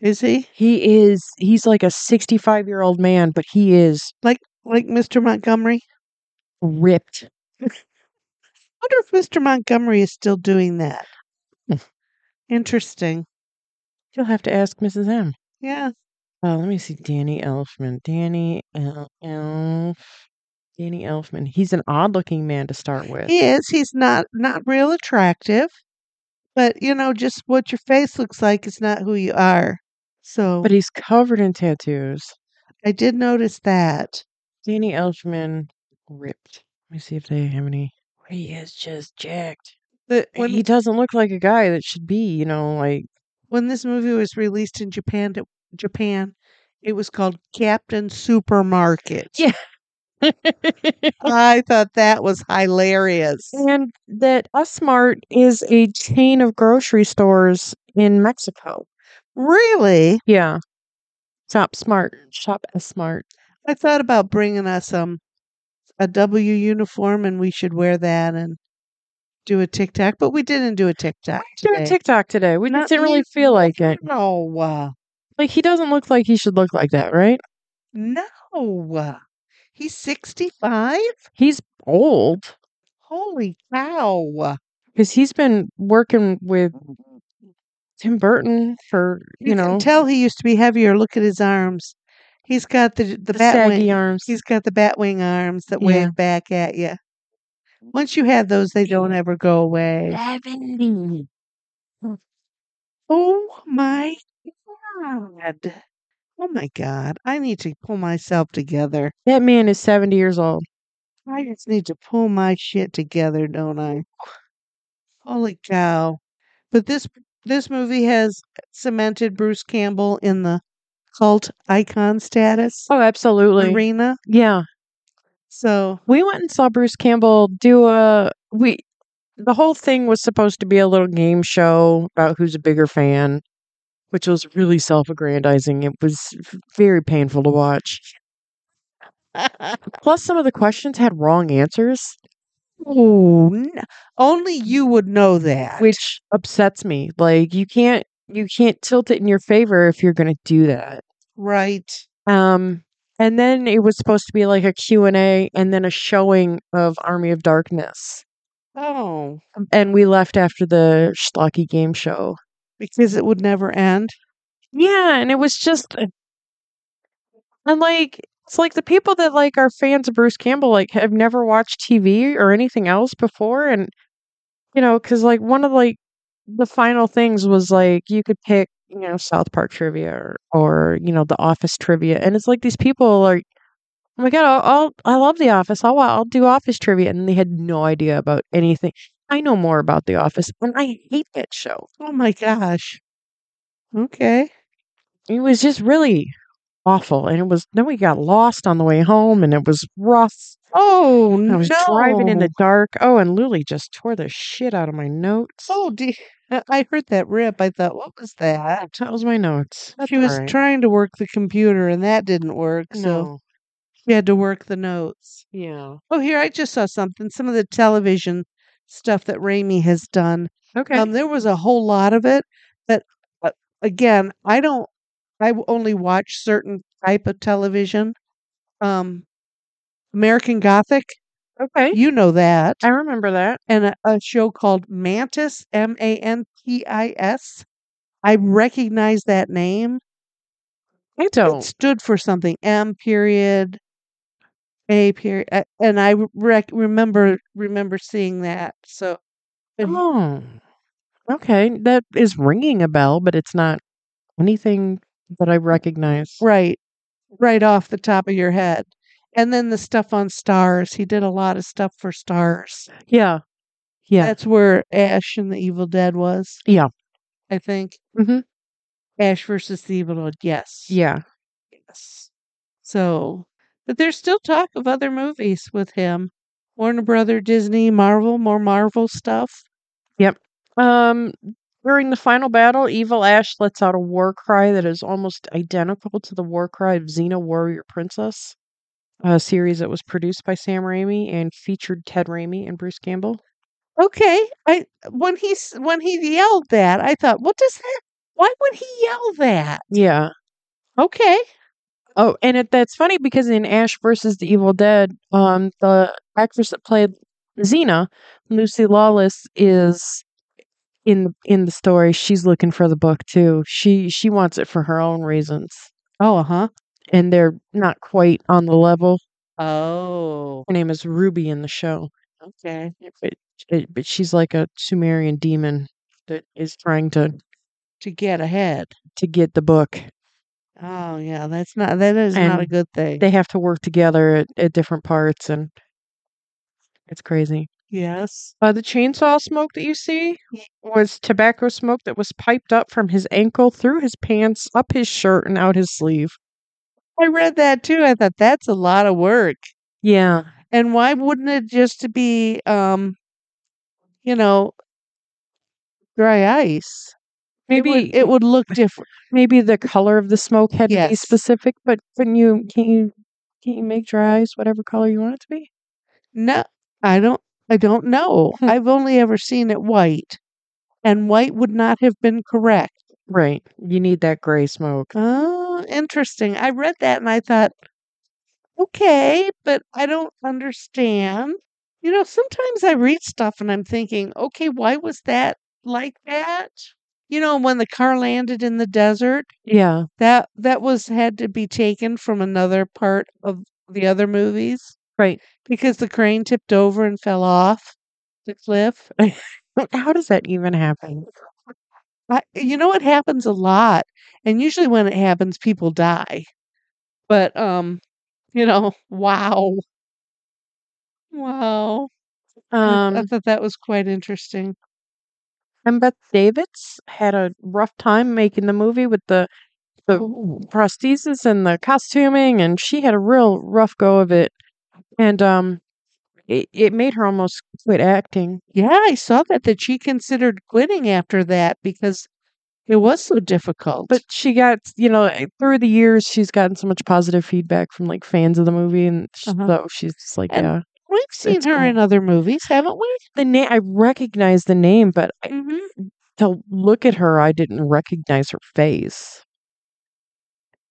Is he
He is, he's like a 65 year old man, but he is
like Mr. Montgomery?
ripped.
I wonder if Mr. Montgomery is still doing that.
Hmm.
Interesting.
You'll have to ask Mrs. M.
Yeah.
Uh, let me see. Danny Elfman. Danny El- Elf. Danny Elfman. He's an odd looking man to start with.
He is. He's not not real attractive, but you know, just what your face looks like is not who you are. So
But he's covered in tattoos.
I did notice that.
Danny Elfman ripped. Let me see if they have any. He is just jacked.
That when
He doesn't look like a guy that should be, you know, like
when this movie was released in Japan, to, Japan, it was called Captain Supermarket.
Yeah. <laughs>
I thought that was hilarious.
and that US Mart is a chain of grocery stores in Mexico.
Really,
Yeah. Shop Smart. Shop S Smart.
I thought about bringing us um a W uniform and we should wear that and do a TikTok, but we didn't do a TikTok.
Doing
today.
TikTok today. We
Not
just didn't really
me.
feel like it.
No, uh,
Like he doesn't look like he should look like that, right?
no. uh, He's 65?
He's old
Holy cow.
because he's been working with Tim Burton for you,
You,
know
can tell he used to be heavier. Look at his arms. He's got the the,
the
bat
saggy
wing.
arms.
He's got the bat wing arms that
Yeah.
wave back at you. Once you have those, they don't ever go away.
seventy.
Oh my god. Oh my god. I need to pull myself together.
That man is seventy years old.
I just need to pull my shit together, don't I? Holy cow. But this this movie has cemented Bruce Campbell in the cult icon status
Oh, absolutely.
arena.
Yeah. <laughs>
So
We went and saw Bruce Campbell do a we the whole thing was supposed to be a little game show about who's a bigger fan, which was really self-aggrandizing. It was very painful to watch. Plus some of the questions had wrong answers,
Ooh, n- only you would know that.
which upsets me. Like you can't you can't tilt it in your favor if you're going to do that.
right.
Um and then it was supposed to be like a Q&A and then a showing of Army of Darkness.
Oh,
and we left after the schlocky game show.
because it would never end.
Yeah, and it was just and like it's like the people that like are fans of Bruce Campbell like have never watched TV or anything else before, and you know, because like one of like the final things was like you could pick you know South Park trivia or, or you know The Office trivia, and it's like these people are. Oh my god! I'll, I'll I love The Office. I'll wa- I'll do Office trivia, and they had no idea about anything. I know more about The Office, and I hate that show.
Oh my gosh. Okay.
It was just really awful, and it was then we got lost on the way home, and it was rough.
Oh
I was driving in
no.
the dark. Oh, and Lily just tore the shit out of my notes.
Oh, dear. I heard that rip. I thought, what was that?
That was my notes. That's
She was
all right.
trying to work the computer and that didn't work. So
No.
she had to work the notes.
Yeah.
Oh, here, I just saw something. Some of the television stuff that Raimi has done.
Okay.
Um, there was a whole lot of it that, uh, again, I don't, I w- only watch certain type of television. Um, American Gothic,
Okay.
you know that.
I remember that.
and a, a show called Mantis, M A N T I S. I recognize that name.
I
It
don't.
stood for something M period A period, uh, and I rec- remember remember seeing that. So, but he-
Oh. Okay. That is ringing a bell, but it's not anything that I recognize.
right, right off the top of your head, and then the stuff on Stars. He did a lot of stuff for Stars.
Yeah. Yeah.
That's where Ash and the Evil Dead was,
Yeah.
I think.
hmm
Ash versus the Evil Dead. Yes.
Yeah.
Yes. So, but there's still talk of other movies with him. Warner Brother, Disney, Marvel, more Marvel stuff.
Yep. Um, during the final battle, Evil Ash lets out a war cry that is almost identical to the war cry of Xena Warrior Princess, a series that was produced by Sam Raimi and featured Ted Raimi and Bruce Campbell.
Okay, I when he s- when he yelled that, I thought, what does that? Why would he yell that?
Yeah.
Okay,
Oh, and it, that's funny because in Ash versus the Evil Dead, um, the actress that played Xena, Lucy Lawless, is in in the story. She's looking for the book too. She she wants it for her own reasons,
oh, uh huh,
and they're not quite on the level.
oh,
Her name is Ruby in the show,
okay,
but it, but she's like a Sumerian demon that is trying to
to get ahead.
to get the book,
Oh yeah, that's not that is not a
and
good thing.
they have to work together at, at different parts, and it's crazy.
Yes.
Uh, the chainsaw smoke that you see was tobacco smoke that was piped up from his ankle through his pants, up his shirt, and out his sleeve.
I read that too. I thought that's a lot of work.
Yeah.
And why wouldn't it just be um, you know, dry ice. It would
Maybe
it would look different.
maybe the color of the smoke had to be
Yes.
specific, but couldn't you can you can you make your eyes whatever color you want it to be?
No, I don't I don't know.
Hmm.
I've only ever seen it white, and white would not have been correct.
Right. You need that gray smoke.
Oh, interesting. I read that and I thought, okay, but I don't understand. You know, sometimes I read stuff and I'm thinking, okay, why was that like that? You know, when the car landed in the desert,
Yeah.
that that was had to be taken from another part of the other movies
Right.
because the crane tipped over and fell off the cliff. <laughs>
How does that even happen?
I, you know it happens a lot, and usually when it happens, people die. But um, you know, <laughs> wow, wow, I, I
Um
thought that was quite interesting.
and Beth Davids had a rough time making the movie with the the
Oh,
prosthesis and the costuming and she had a real rough go of it. And um it, it made her almost quit acting.
yeah, I saw that that she considered quitting after that because it was so difficult.
but she got you know eh, through the years she's gotten so much positive feedback from like fans of the movie and sh-
Uh-huh.
so she's just like
And
yeah
we've seen
it's
her
cool
in other movies, haven't we?
the name i recognize the name but I,
hmm
to look at her i didn't recognize her face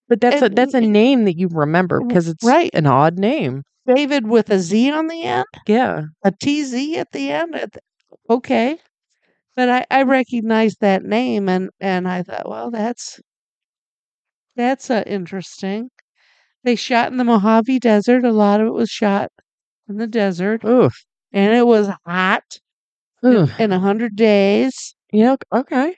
but that's a that's
And
a name that you remember
w-
because it's
right,
an odd name
David with a Z on the end,
yeah
a TZ at the end. I th- Okay, but I, I recognized that name, and and I thought, well, that's that's uh, interesting. They shot in the Mojave Desert. A lot of it was shot in the desert,
Ooh,
and it was hot in,
ooh.
in a hundred days.
yeah okay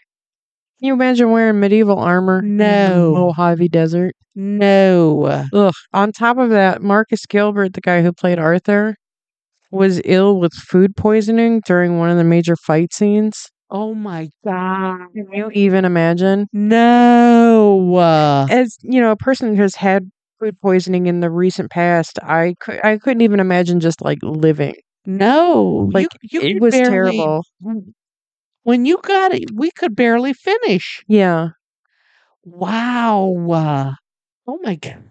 can you imagine wearing medieval armor in the
No,
mojave desert
no.
Ugh. on top of that marcus gilbert the guy who played arthur was ill with food poisoning during one of the major fight scenes.
Oh my God.
Can you even imagine?
No. Uh,
As you know, a person who's had food poisoning in the recent past, I could I couldn't even imagine just like living.
no.
Like,
you, you
it
could
was
barely-
terrible.
When you got it, we could barely finish.
Yeah.
Wow. Uh, oh my <laughs> God.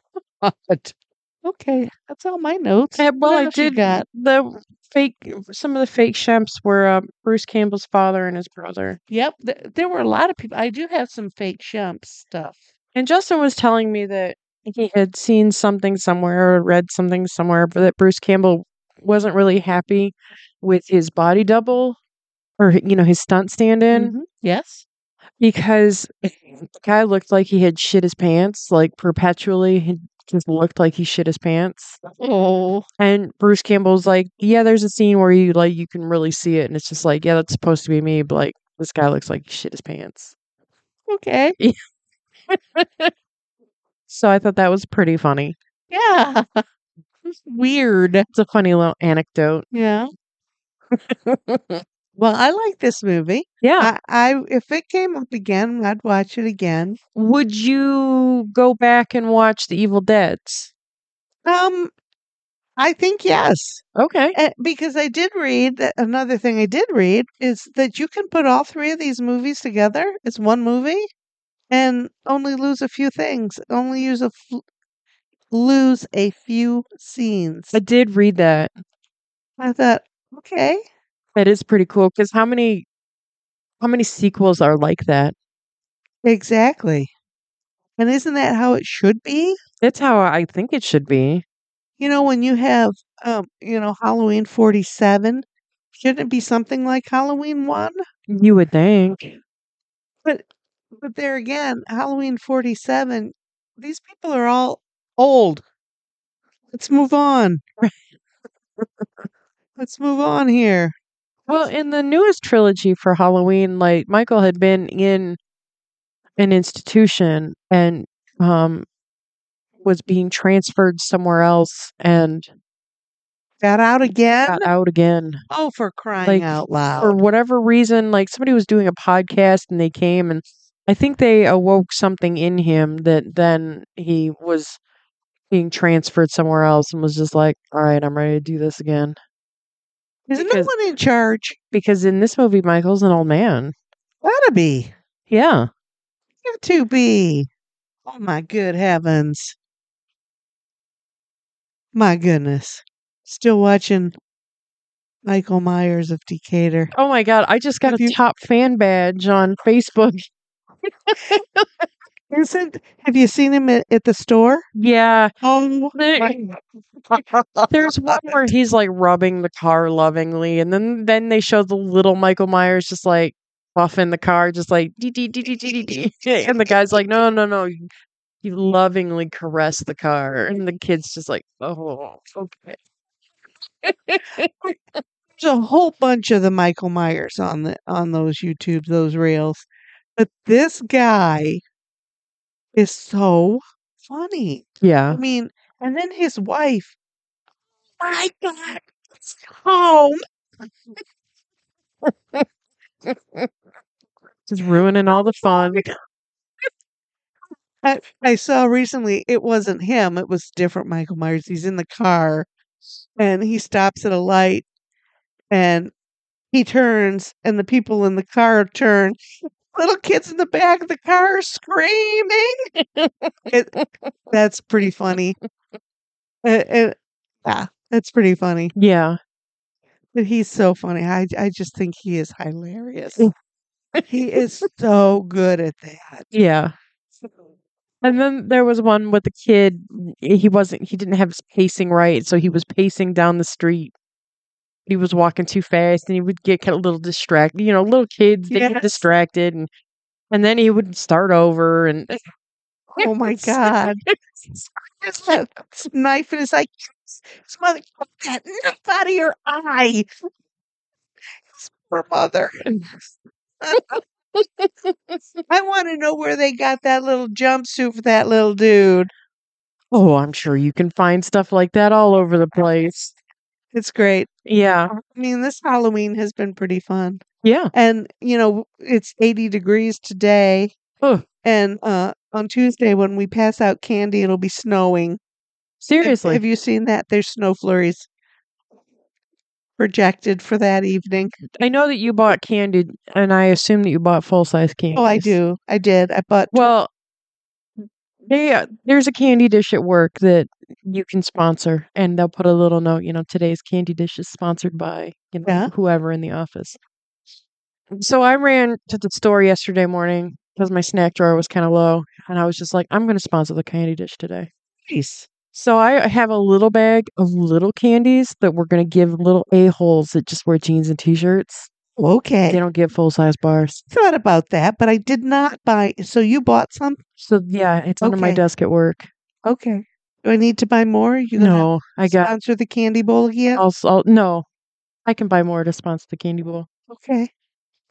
Okay. That's all my notes.
Uh,
What
well, I
else you
did
got?
the fake. Some of the fake shemps were uh, Bruce Campbell's father and his brother.
Yep. Th- there were a lot of people. I do have some fake shump stuff.
And Justin was telling me that he had seen something somewhere or read something somewhere, but that Bruce Campbell wasn't really happy with his body double or you know his stunt stand-in
Mhm. Yes.
because the guy looked like he had shit his pants like perpetually. He just looked like he shit his pants.
Oh.
And Bruce Campbell's like, yeah, there's a scene where you like you can really see it, and it's just like, yeah, that's supposed to be me, but like this guy looks like he shit his pants.
Okay.
So I thought that was pretty funny.
Yeah. <laughs> Weird.
It's a funny little anecdote.
Yeah. <laughs> well, I like this movie.
Yeah.
I, I if it came up again, I'd watch it again.
Would you go back and watch The Evil Deads?
Um, I think yes,
Okay.
Eh, because I did read that another thing I did read is that you can put all three of these movies together as one movie, and only lose a few things, only use a fl- lose a few scenes.
I did read that.
I thought, okay,
That is pretty cool because how many how many sequels are like that?
exactly, and isn't that how it should be?
That's how I think it should be.
you know when you have um you know halloween 47 shouldn't it be something like halloween 1
You would think.
but there again halloween 47 these people are all old let's move on <laughs> let's move on here
Well, in the newest trilogy for Halloween, like Michael had been in an institution and um was being transferred somewhere else and
got out again
got out again.
oh for crying
Like
out loud
for whatever reason, like somebody was doing a podcast and they came and I think they awoke something in him that then he was being transferred somewhere else and was just like, All right, I'm ready to do this again.
there's no
because-
one in charge
Because in this movie Michael's an old man.
gotta be
Yeah.
got to be oh my good heavens my goodness still watching michael myers of decatur
Oh my god, I just got
Have
a
you-
top fan badge on Facebook. <laughs>
Isn't have you seen him at, at the store?
Yeah.
Oh
There-
<laughs>
There's one where he's like rubbing the car lovingly, and then then they show the little Michael Myers just like buffing the car, just like dee dee dee dee dee dee, dee. <laughs> and the guy's like, no no no, you- you lovingly caress the car, and the kid's just like, oh okay,
there's a whole bunch of the Michael Myers on the on those YouTube those reels, but this guy is so funny. I
yeah,
mean, and then his wife. "Oh My God, it's home.
just ruining all the fun.
I, I saw recently it wasn't him. It was different Michael Myers. He's in the car and he stops at a light and he turns and the people in the car turn. <laughs> Little kids in the back of the car screaming. it, that's pretty funny. It, it- yeah, that's pretty funny.
<laughs> Yeah,
But he's so funny. I, I just think he is hilarious. he is so good at that.
yeah. And then there was one with the kid. He wasn't. He didn't have his pacing right, so he was pacing down the street. He was walking too fast, and he would get kind of a little distracted. You know, little kids they
Yes.
get distracted, and and then he would start over. And
Oh <laughs> my God. Just that knife in his eye. His mother, "Get that knife out of your eye. His poor mother. <laughs> I want to know where they got that little jumpsuit for that little dude.
oh, I'm sure you can find stuff like that all over the place.
It's great.
Yeah.
I mean, this Halloween has been pretty fun.
Yeah.
And, you know, it's 80 degrees today.
Ugh.
And uh, on Tuesday, when we pass out candy, it'll be snowing. Have-
Seriously.
Have you seen that? There's snow flurries projected for that evening.
I know that you bought candy and I assume that you bought full size candy.
Oh, I do. I did. I bought.
Well, they, uh, there's a candy dish at work that you can sponsor, and they'll put a little note, you know, today's candy dish is sponsored by, you know,
Yeah.
whoever in the office. So I ran to the store yesterday morning because my snack drawer was kind of low, and I was just like, I'm going to sponsor the candy dish today.
Nice.
So I have a little bag of little candies that we're going to give little a-holes that just wear jeans and t shirts.
Okay.
They don't get full size bars.
thought about that, but I did not buy. So you bought some?
So yeah, it's under my
Okay.
desk at work.
Okay. Do I need to buy more? Are you gonna
no, I got.
sponsor the candy bowl yet?
I'll, I'll no. I can buy more to sponsor the candy bowl.
Okay.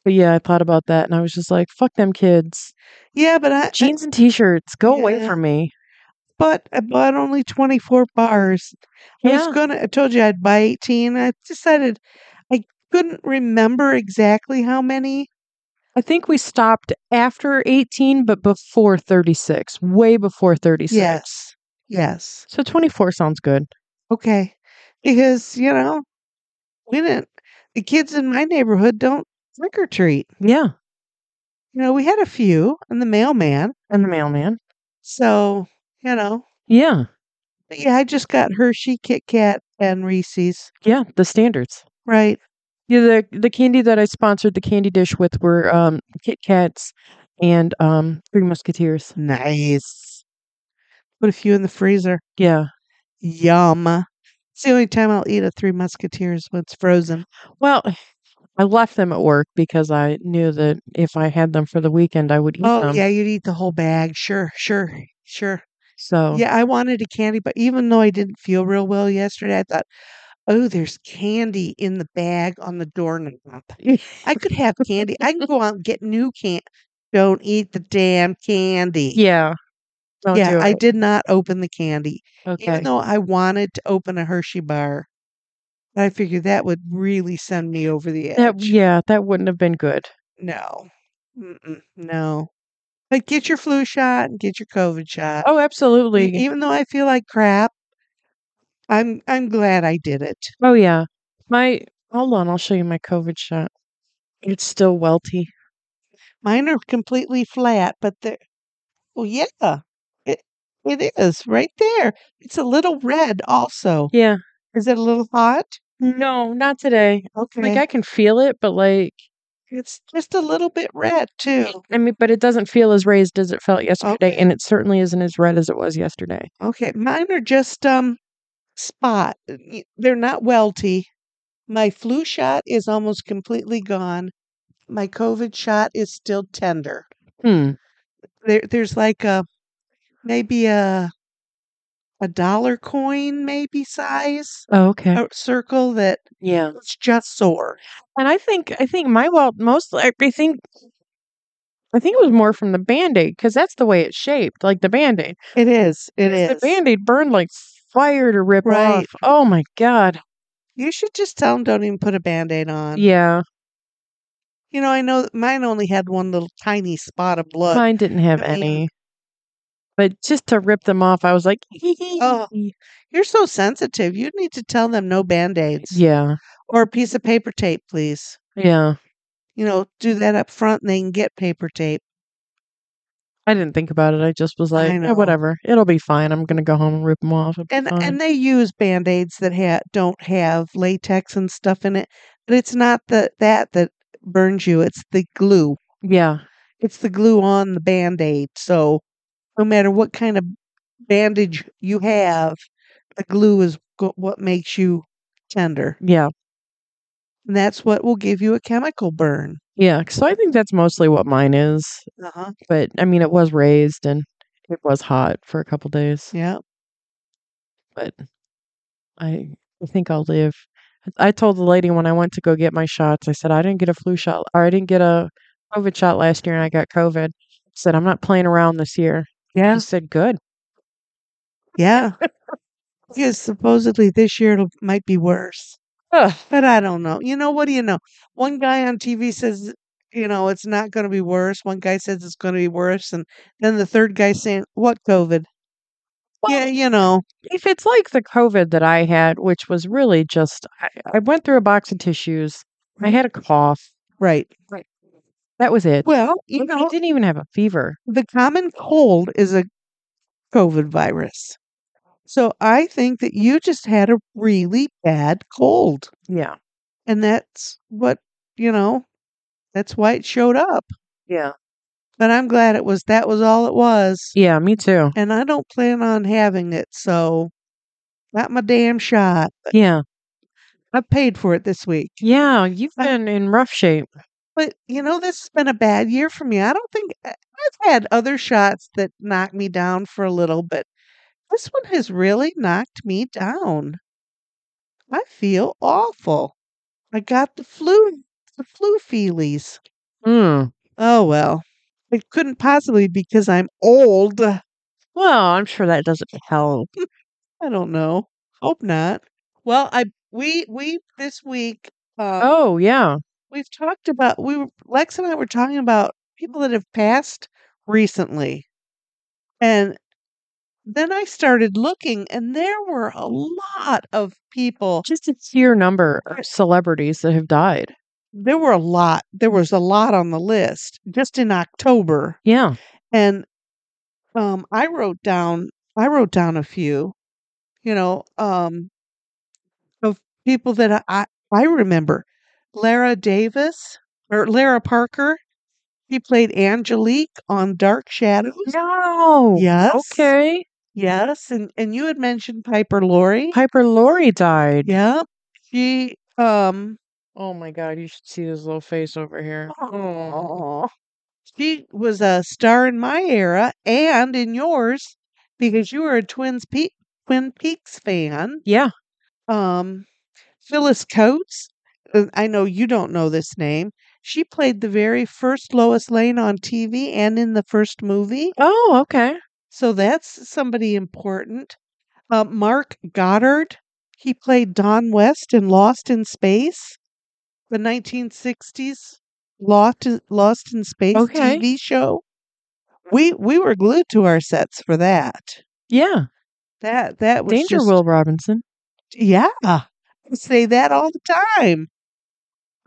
But yeah, I thought about that and I was just like, fuck them kids.
Yeah, but I, I
Jeans and t shirts, go away
Yeah.
from me.
but I bought only twenty four bars. I
Yeah.
was gonna. I told you I'd buy eighteen. I decided I couldn't remember exactly how many.
I think we stopped after 18, but before 36, way before 36.
Yes. Yes.
So 24 sounds good.
Okay. Because you know we didn't. The kids in my neighborhood don't trick or treat.
Yeah.
You know, we had a few and the mailman.
And the mailman.
So you know,
Yeah.
But yeah, I just got Hershey, Kit Kat, and Reese's.
Yeah. The standards.
Right.
Yeah. The, the candy that I sponsored the candy dish with were um, Kit Kats and um, Three Musketeers.
Nice. Put a few in the freezer.
Yeah.
Yum. It's the only time I'll eat a Three Musketeers when it's frozen.
Well, I left them at work because I knew that if I had them for the weekend, I would eat
Oh,
them.
yeah, you'd eat the whole bag. Sure, sure, sure.
So
Yeah, I wanted a candy, but even though I didn't feel real well yesterday, I thought, oh, there's candy in the bag on the doorknob. I could have candy. I can go out and get new candy. Don't eat the damn candy.
yeah, don't
yeah,
do
I
it.
did not open the candy.
okay.
even though I wanted to open a Hershey bar, I figured that would really send me over the edge.
That, yeah, that wouldn't have been good.
No, Mm-mm, no. But get your flu shot and get your COVID shot.
Oh,
E-
absolutely.
Even though I feel like crap, I'm I'm glad I did it.
Oh yeah. My hold on, I'll show you my COVID shot. It's still welty.
Mine are completely flat, but they're well, yeah, it it is right there. It's a little red also.
Yeah.
Is it a little hot?
No, not today.
Okay,
Like I can feel it, but like
it's just a little bit red too.
I mean, but it doesn't feel as raised as it felt yesterday,
Okay.
and it certainly isn't as red as it was yesterday.
Okay, mine are just um spot. uh, y- They're not welty. My flu shot is almost completely gone. My COVID shot is still tender.
Hmm.
There, there's like a maybe a a dollar coin, maybe size,
Oh, okay.
a circle that
Yeah.
it's just sore.
And I think I think my welt mostly I I think I think it was more from the band aid because that's the way it's shaped, like the band aid.
It is. It
The
is.
band aid burned like fire to rip
Right.
off. Oh my god!
You should just tell them don't even put a band aid on.
Yeah,
You know, I know that mine only had one little tiny spot of blood.
mine didn't have
I mean-
any, but just to rip them off, I was like,
Oh. You're so sensitive. You'd need to tell them no band aids.
<laughs> yeah,
or a piece of paper tape, please.
yeah.
You know, do that up front and they can get paper tape.
I didn't think about it. I just was
I
like, "Eh,
know.
whatever, it'll be fine. I'm gonna go home and rip them off. It'll be
And
fine."
and they use band aids that ha- don't have latex and stuff in it. But it's not the that that burns you. It's the glue.
yeah,
It's the glue on the band aid. So no matter what kind of bandage you have, the glue is go- what makes you tender.
yeah,
And that's what will give you a chemical burn.
yeah. So I think that's mostly what mine is.
Uh-huh.
But I mean, it was raised and it was hot for a couple days.
Yeah.
but I I think I'll live. I told the lady when I went to go get my shots, I said I didn't get a flu shot or I didn't get a COVID shot last year and I got COVID. I said I'm not playing around this year.
Yeah.
She said, Good.
Yeah. Because supposedly this year it might be worse.
Ugh.
But I don't know. You know, what do you know? One guy on TV says, you know, it's not going to be worse. One guy says it's going to be worse. And then the third guy saying, what COVID? yeah,
Well,
you know.
if it's like the COVID that I had, which was really just, I, I went through a box of tissues. I had a cough.
Right.
That was it.
Mm-hmm. Well, you
Like, I
know,
didn't even have a fever.
the common cold is a COVID virus. So I think that you just had a really bad cold.
Yeah.
And that's what, you know, that's why it showed up.
Yeah.
But I'm glad it was, that was all it was.
Yeah. Me too.
And I don't plan on having it. So not my damn shot. But
Yeah.
I paid for it this week.
Yeah. You've
I-
been in rough shape.
But, you know, this has been a bad year for me. I don't think I- I've had other shots that knocked me down for a little, but this one has really knocked me down. I feel awful. I got the flu, the flu feelies.
Mm.
Oh well, it couldn't possibly be because I'm old. I
Well, I'm sure that doesn't help.
don't know. Hope not. Well, I we we this week um,
Oh, yeah.
we've talked about we were, Lex and I were talking about people that have passed recently, and then I started looking, and there were a lot of people.
Just a sheer number of celebrities that have died.
There were a lot. There was a lot on the list just in October,
Yeah.
and um, I wrote down I wrote down a few. You know, um, of people that I, I I remember. Lara Davis or Lara Parker. She played Angelique on Dark Shadows.
No.
Yes.
Okay.
Yes. And and you had mentioned Piper Laurie.
Piper Laurie died.
Yeah. She um
Oh my God, you should see this little face over here. Oh.
aw, she was a star in my era and in yours because you were a Twins Pe- Twin Peaks fan.
Yeah.
Um Phyllis Coates. uh, I know you don't know this name. She played the very first Lois Lane on TV and in the first movie.
Oh, okay.
So that's somebody important. Uh, Mark Goddard. He played Don West in Lost in Space, the 1960s Lost in, Lost in Space
Okay.
TV show. We we were glued to our sets for that.
Yeah.
That that was
Danger
just
Will Robinson.
yeah. I say that all the time.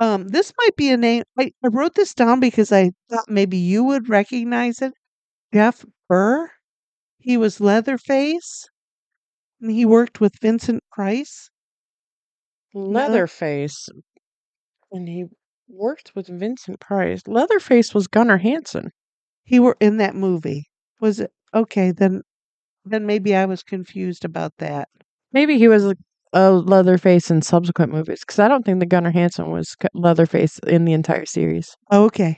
Um, this might be a name. I, I wrote this down because I thought maybe you would recognize it. Jeff Burr. He was Leatherface, and he worked with Vincent Price. No,
Leatherface. And he worked with Vincent Price. Leatherface was Gunnar Hansen.
he were in that movie. Was it okay? Then, then maybe I was confused about that.
Maybe he was a, a Leatherface in subsequent movies because I don't think the Gunnar Hansen was c- Leatherface in the entire series.
Oh, Okay,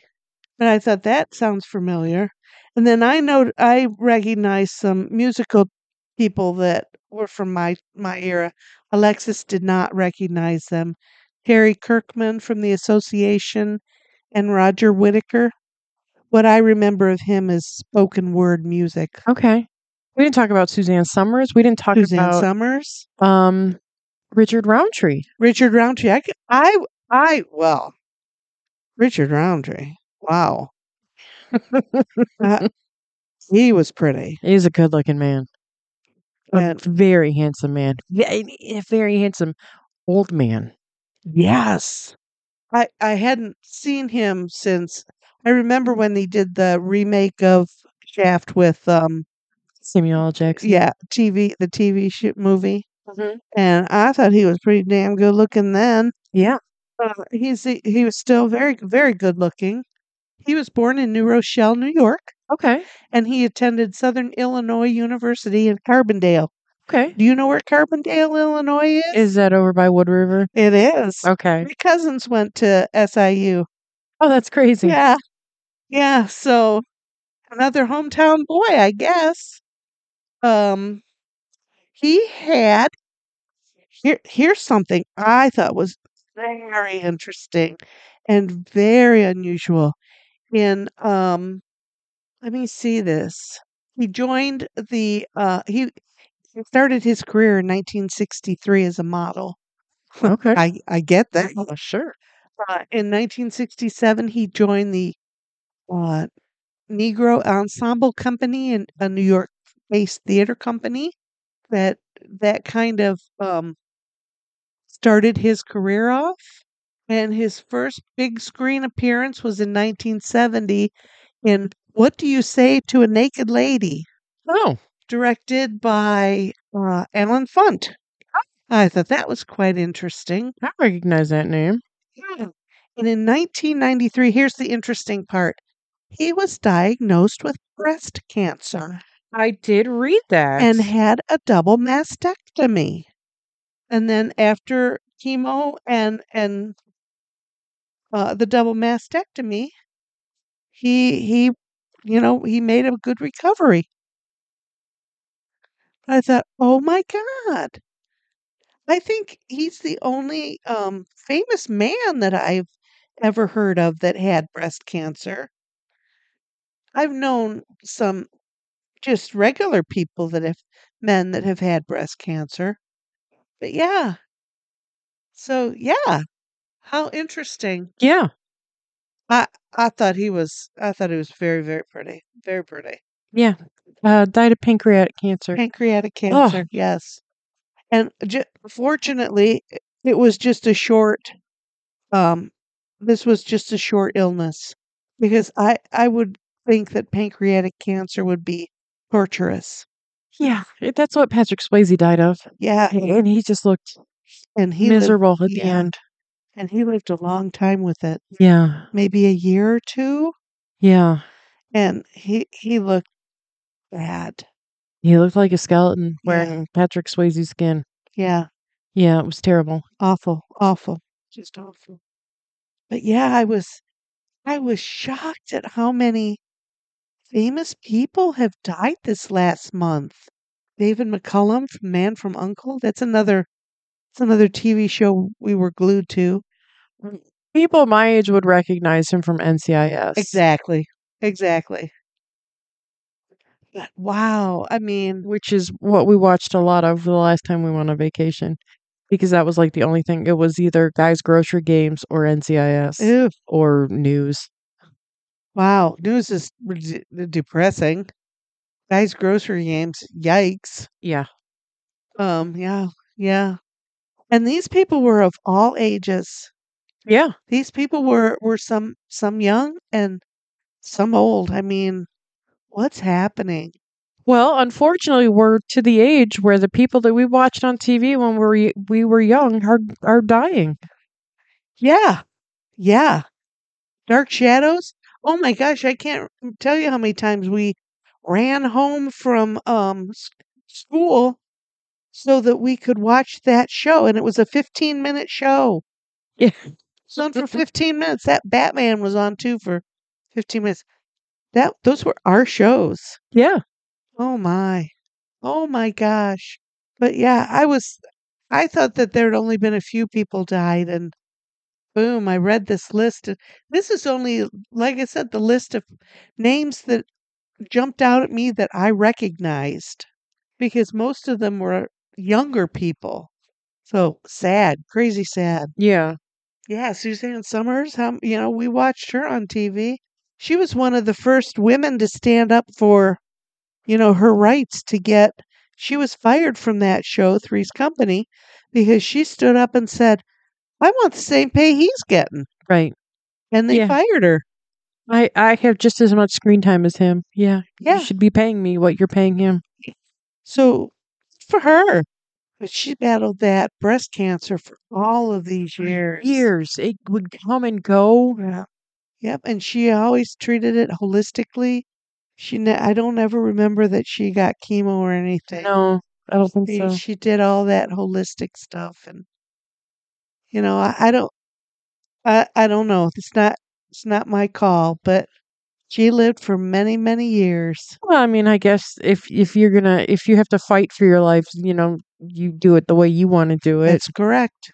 but I thought that sounds familiar. And then I know I recognize some musical people that were from my my era. Alexis did not recognize them. Terry Kirkman from the Association and Roger Whittaker. What I remember of him is spoken word music.
Okay. We didn't talk about Suzanne Summers. We didn't talk
Suzanne
about
Summers,
um, Richard Roundtree.
Richard Roundtree. I, c- I, I- well, Richard Roundtree. Wow, Uh, he was pretty.
He's a good looking man. A
And
very handsome man. Ve- A very handsome old man.
yes, I, I hadn't seen him since. I remember when they did the remake of Shaft with, um,
Samuel L. Jackson.
yeah, TV, the TV shoot movie,
Mhm.
and I thought he was pretty damn good looking then.
Yeah.
Uh, he's the- he was still very very good looking. He was born in New Rochelle, New York,
Okay.
and he attended Southern Illinois University in Carbondale.
Okay.
Do you know where Carbondale, Illinois is?
Is that over by Wood River?
It is.
Okay.
My cousins went to SIU.
Oh, that's crazy.
Yeah. Yeah. So another hometown boy, I guess. Um, he had here here's something I thought was very interesting and very unusual. In um let me see this. He joined the uh he He started his career in 1963 as a model.
Okay.
<laughs> I, I get that.
Oh, sure.
Uh, in 1967, he joined the uh, Negro Ensemble Company in a New York-based theater company. That that kind of um, started his career off. And his first big screen appearance was in 1970 in What Do You Say to a Naked Lady,
Oh,
directed by uh, Alan Funt. I thought that was quite interesting.
I recognize that name.
Yeah. Hmm. And in 1993, here's the interesting part he was diagnosed with breast cancer
I did read that.
and had a double mastectomy. And then after chemo and and uh, the double mastectomy, he he, you know, he made a good recovery. I thought, oh my god! I think he's the only um, famous man that I've ever heard of that had breast cancer. I've known some just regular people that have men that have had breast cancer, but yeah. So yeah, how interesting.
yeah.
I I thought he was I thought he was very very pretty very pretty
Yeah. Uh, died of pancreatic cancer.
pancreatic cancer yes and ju- fortunately i- it was just a short um this was just a short illness because I I would think that pancreatic cancer would be torturous
Yeah. it- That's what Patrick Swayze died of.
yeah
And he just looked
and he lived
miserable at the
yeah.
end.
and he lived a long time with it
Yeah.
maybe a year or two
Yeah.
and he he looked bad
He looked like a skeleton
Yeah.
wearing Patrick Swayze skin.
yeah
Yeah, it was terrible.
awful awful just awful but yeah i was i was shocked at how many famous people have died this last month david mccullum from man from uncle that's another it's another tv show we were glued to
People my age would recognize him from NCIS.
exactly exactly but wow i mean
Which is what we watched a lot of the last time we went on vacation. Because that was like the only thing. It was either guys' grocery games or NCIS
ew,
or news.
wow news is re- de- depressing guys grocery games yikes
Yeah.
um yeah yeah and these people were of all ages
Yeah.
these people were were some some young and some old i mean what's happening
Well, unfortunately, we're to the age where the people that we watched on TV when we were, y- we were young are are dying.
yeah yeah dark shadows oh my gosh i can't tell you how many times we ran home from um s- school so that we could watch that show and it was a 15 minute show
Yeah.
it's on for 15 minutes that batman was on too for 15 minutes that those were our shows
Yeah.
Oh my. Oh my gosh. But yeah, I was I thought that there had only been a few people died and boom, I read this list. and This is only like I said the list of names that jumped out at me that I recognized because most of them were younger people. So sad, crazy sad.
Yeah.
Yeah, Suzanne Summers, how you know, we watched her on TV. She was one of the first women to stand up for you know, her rights to get. She was fired from that show, Three's Company, because she stood up and said, I want the same pay he's getting.
Right.
And they
Yeah.
fired her.
I I have just as much screen time as him. Yeah.
Yeah.
You should be paying me what you're paying him.
So for her, but she battled that breast cancer for all of these years.
Years. It would come and go.
Yeah. Yep. And she always treated it holistically. She, ne- I don't ever remember that she got chemo or anything.
No, I don't think
she,
so.
she did all that holistic stuff and you know I, I don't I, I don't know it's not it's not my call but she lived for many many years
Well, I mean, I guess if if you're gonna if you have to fight for your life, you know, you do it the way you want to do it,
that's correct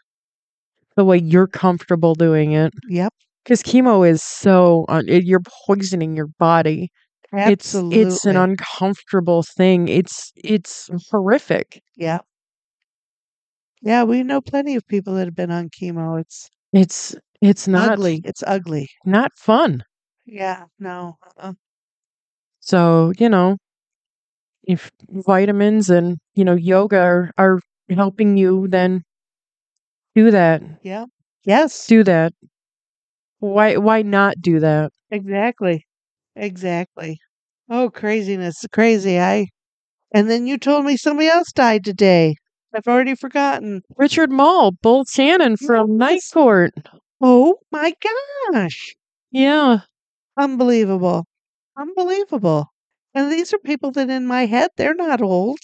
the way you're comfortable doing it.
yep
uh, Because chemo is so un- it- you're poisoning your body.
Absolutely.
It's it's an uncomfortable thing. It's it's horrific.
yeah. Yeah, we know plenty of people that have been on chemo. It's
It's it's not
ugly. It's ugly.
not fun.
Yeah, no. Uh-uh.
So, you know, if vitamins and, you know, yoga are, are helping you, then do that.
Yeah. Yes,
Do that. Why why not do that?
exactly. Exactly. Oh, craziness. Crazy. I And then you told me somebody else died today. I've already forgotten.
Richard Mall, Bull Shannon from Night Court.
Oh my gosh.
Yeah.
Unbelievable. Unbelievable. And these are people that in my head, they're not old.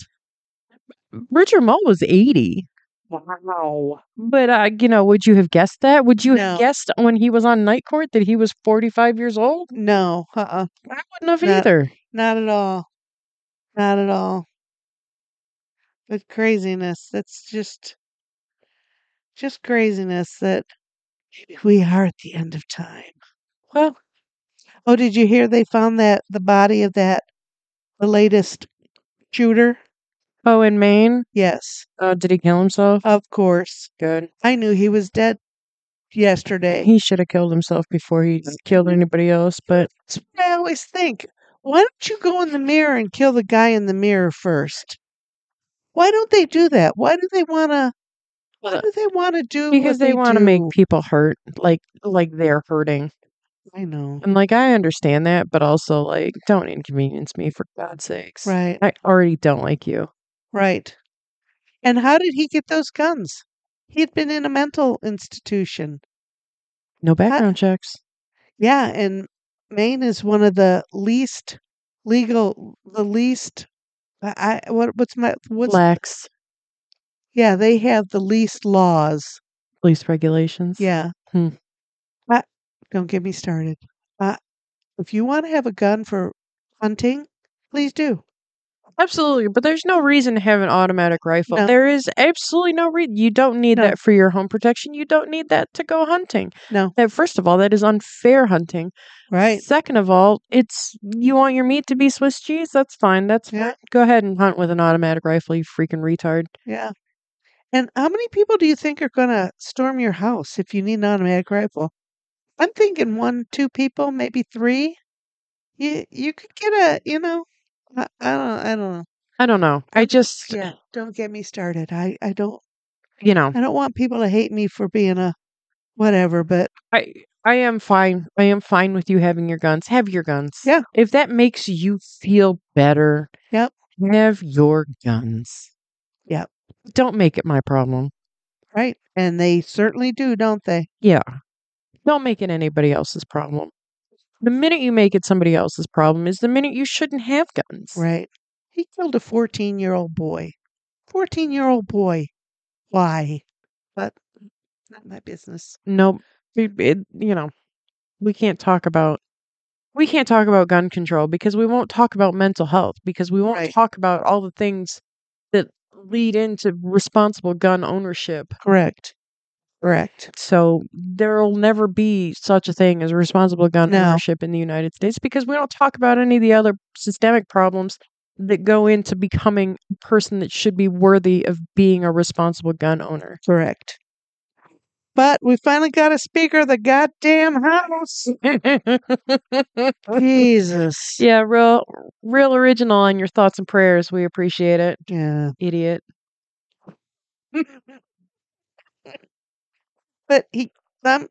Richard Mall was 80.
Wow.
But uh, you know, would you have guessed that? Would you
No.
have guessed when he was on Night Court that he was 45 years old?
No, uh-uh.
I wouldn't have
No.
either.
Not at all. Not at all. But craziness. That's just just craziness that maybe we are at the end of time. Well, oh, did you hear they found that the body of that the latest shooter?
Oh, in Maine,
Yes,
uh, did he kill himself?
of course.
Good.
I knew he was dead yesterday.
He should have killed himself before he killed anybody else, but
That's what I always think. Why don't you go in the mirror and kill the guy in the mirror first? Why don't they do that? Why do they want to? Why
Uh,
do they want to do? what
because they want to make
do?
people hurt, like like they're hurting.
I know,
And like I understand that, but also like don't inconvenience me for God's sakes.
right?
I already don't like you.
Right. And how did he get those guns? He had been in a mental institution.
No background checks.
Yeah, and Maine is one of the least legal, the least. I I- what what's my what's
Lax
yeah they have the least laws.
police regulations.
Yeah.
Hmm.
I, don't get me started. I, if you want to have a gun for hunting, please do.
Absolutely, but there's no reason to have an automatic rifle.
No.
There is absolutely no reason. You don't need
No.
that for your home protection. You don't need that to go hunting.
No.
That first of all, that is unfair hunting.
Right.
Second of all, it's you want your meat to be Swiss cheese. That's fine. That's
Yeah.
fine. Go ahead and hunt with an automatic rifle. You freaking retard.
Yeah. And how many people do you think are going to storm your house if you need an automatic rifle? I'm thinking one, two people, maybe three. You you could get a, you know, I, I don't I don't know.
I don't know. I just
Yeah, don't get me started. I I don't
you know
I don't want people to hate me for being a whatever, but
I I am fine. I am fine with you having your guns. Have your guns.
Yeah.
If that makes you feel better,
Yep.
Have your guns.
Yep.
Don't make it my problem.
right. And they certainly do, don't they?
Yeah. Don't make it anybody else's problem. The minute you make it somebody else's problem is the minute you shouldn't have guns.
Right. He killed a 14-year-old boy. 14-year-old boy. Why? But not my business.
No, it, it, you know, we can't talk about we can't talk about gun control because we won't talk about mental health because we won't
Right.
talk about all the things that lead into responsible gun ownership.
Correct. Correct.
So there'll never be such a thing as responsible gun
No.
ownership in the United States because we don't talk about any of the other systemic problems that go into becoming a person that should be worthy of being a responsible gun owner.
Correct. But we finally got a speaker of the goddamn house. <laughs> Jesus.
yeah, real real original on your thoughts and prayers. We appreciate it,
Yeah.
idiot.
<laughs> But he thumb,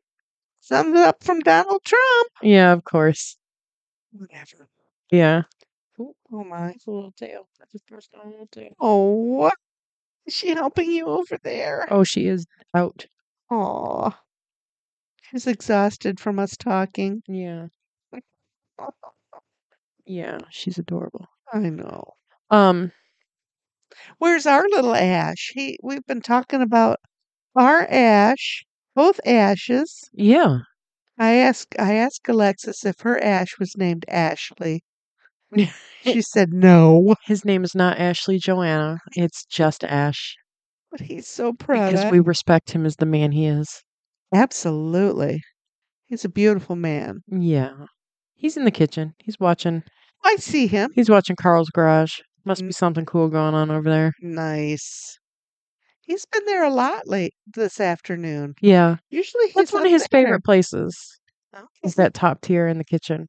thumbs up from Donald Trump.
Yeah, of course.
Whatever.
Yeah.
Oh, oh my.
Little tail. That's his personal little tail.
Oh, what? Is she helping you over there?
Oh, she is out.
Aw. She's exhausted from us talking.
Yeah. Yeah, she's adorable.
I know.
Um
Where's our little Ash? He we've been talking about our Ash, both Ashes.
yeah.
I asked I asked Alexis if her Ash was named
<laughs>
Ashley. She said no.
His name is not Ashley Joanna. It's just Ash
But he's so proud.
because
I-
we respect him as the man he is.
Absolutely. He's a beautiful man.
Yeah. He's in the kitchen. He's watching
I see him.
He's watching Carl's Garage. Must
Mm.
be something cool going on over there.
Nice. He's been there a lot late this afternoon.
Yeah.
Usually he's
That's one
up
of his
there.
favorite places. Is
Okay.
that top tier in the kitchen?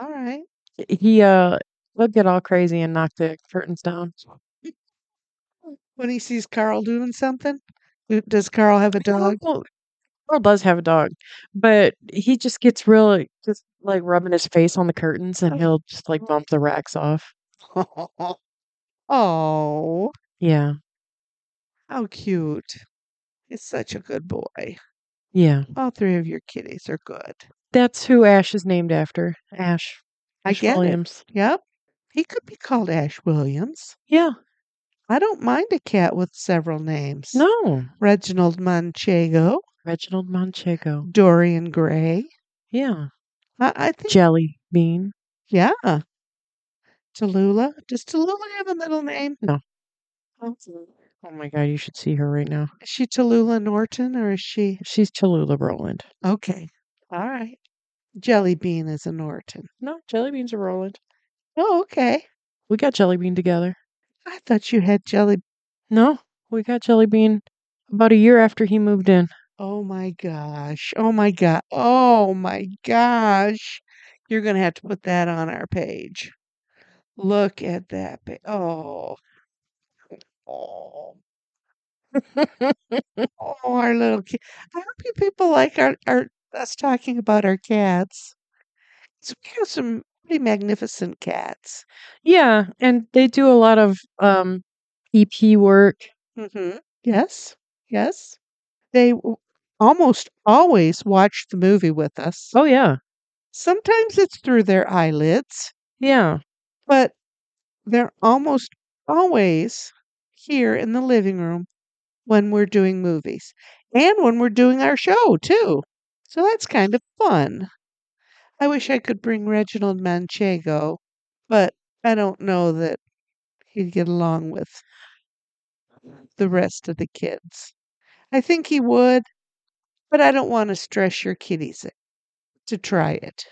All right.
He uh will get all crazy and knock the curtains down.
When he sees Carl doing something, do- does Carl have a dog?
Well, Carl does have a dog, but he just gets really just like rubbing his face on the curtains, and he'll just like bump the racks off.
<laughs> oh,
Yeah,
how cute. He's such a good boy.
yeah.
All three of your kitties are good.
That's who Ash is named after. Ash.
I
Ash
get it.
Williams.
Yep. He could be called Ash Williams.
Yeah.
I don't mind a cat with several names.
No.
Reginald Manchego,
Reginald Manchego.
Dorian Gray.
Yeah.
I, I think,
Jelly Bean.
yeah. Tallulah. Does Tallulah have a middle name?
No.
Oh,
Oh my God, you should see her right now.
Is she Tallulah Norton or is she?
She's Cholula Roland.
Okay. All right. Jelly Bean is a Norton.
No, Jelly Bean's a Roland.
Oh, okay.
We got Jelly Bean together.
I thought you had Jelly.
No, we got Jelly Bean about a year after he moved in.
Oh my gosh. Oh my God. Oh my gosh. You're going to have to put that on our page. Look at that. Ba- oh. Oh. <laughs> Oh, our little kid. I hope you people like our, our us talking about our cats. So we have some pretty magnificent cats.
Yeah, and they do a lot of um EP work.
Mm-hmm. Yes, yes. They w- almost always watch the movie with us.
Oh yeah.
Sometimes it's through their eyelids,
Yeah.
but they're almost always here in the living room when we're doing movies and when we're doing our show too. So that's kind of fun. I wish I could bring Reginald Manchego, but I don't know that he'd get along with the rest of the kids. I think he would, but I don't want to stress your kitties to try it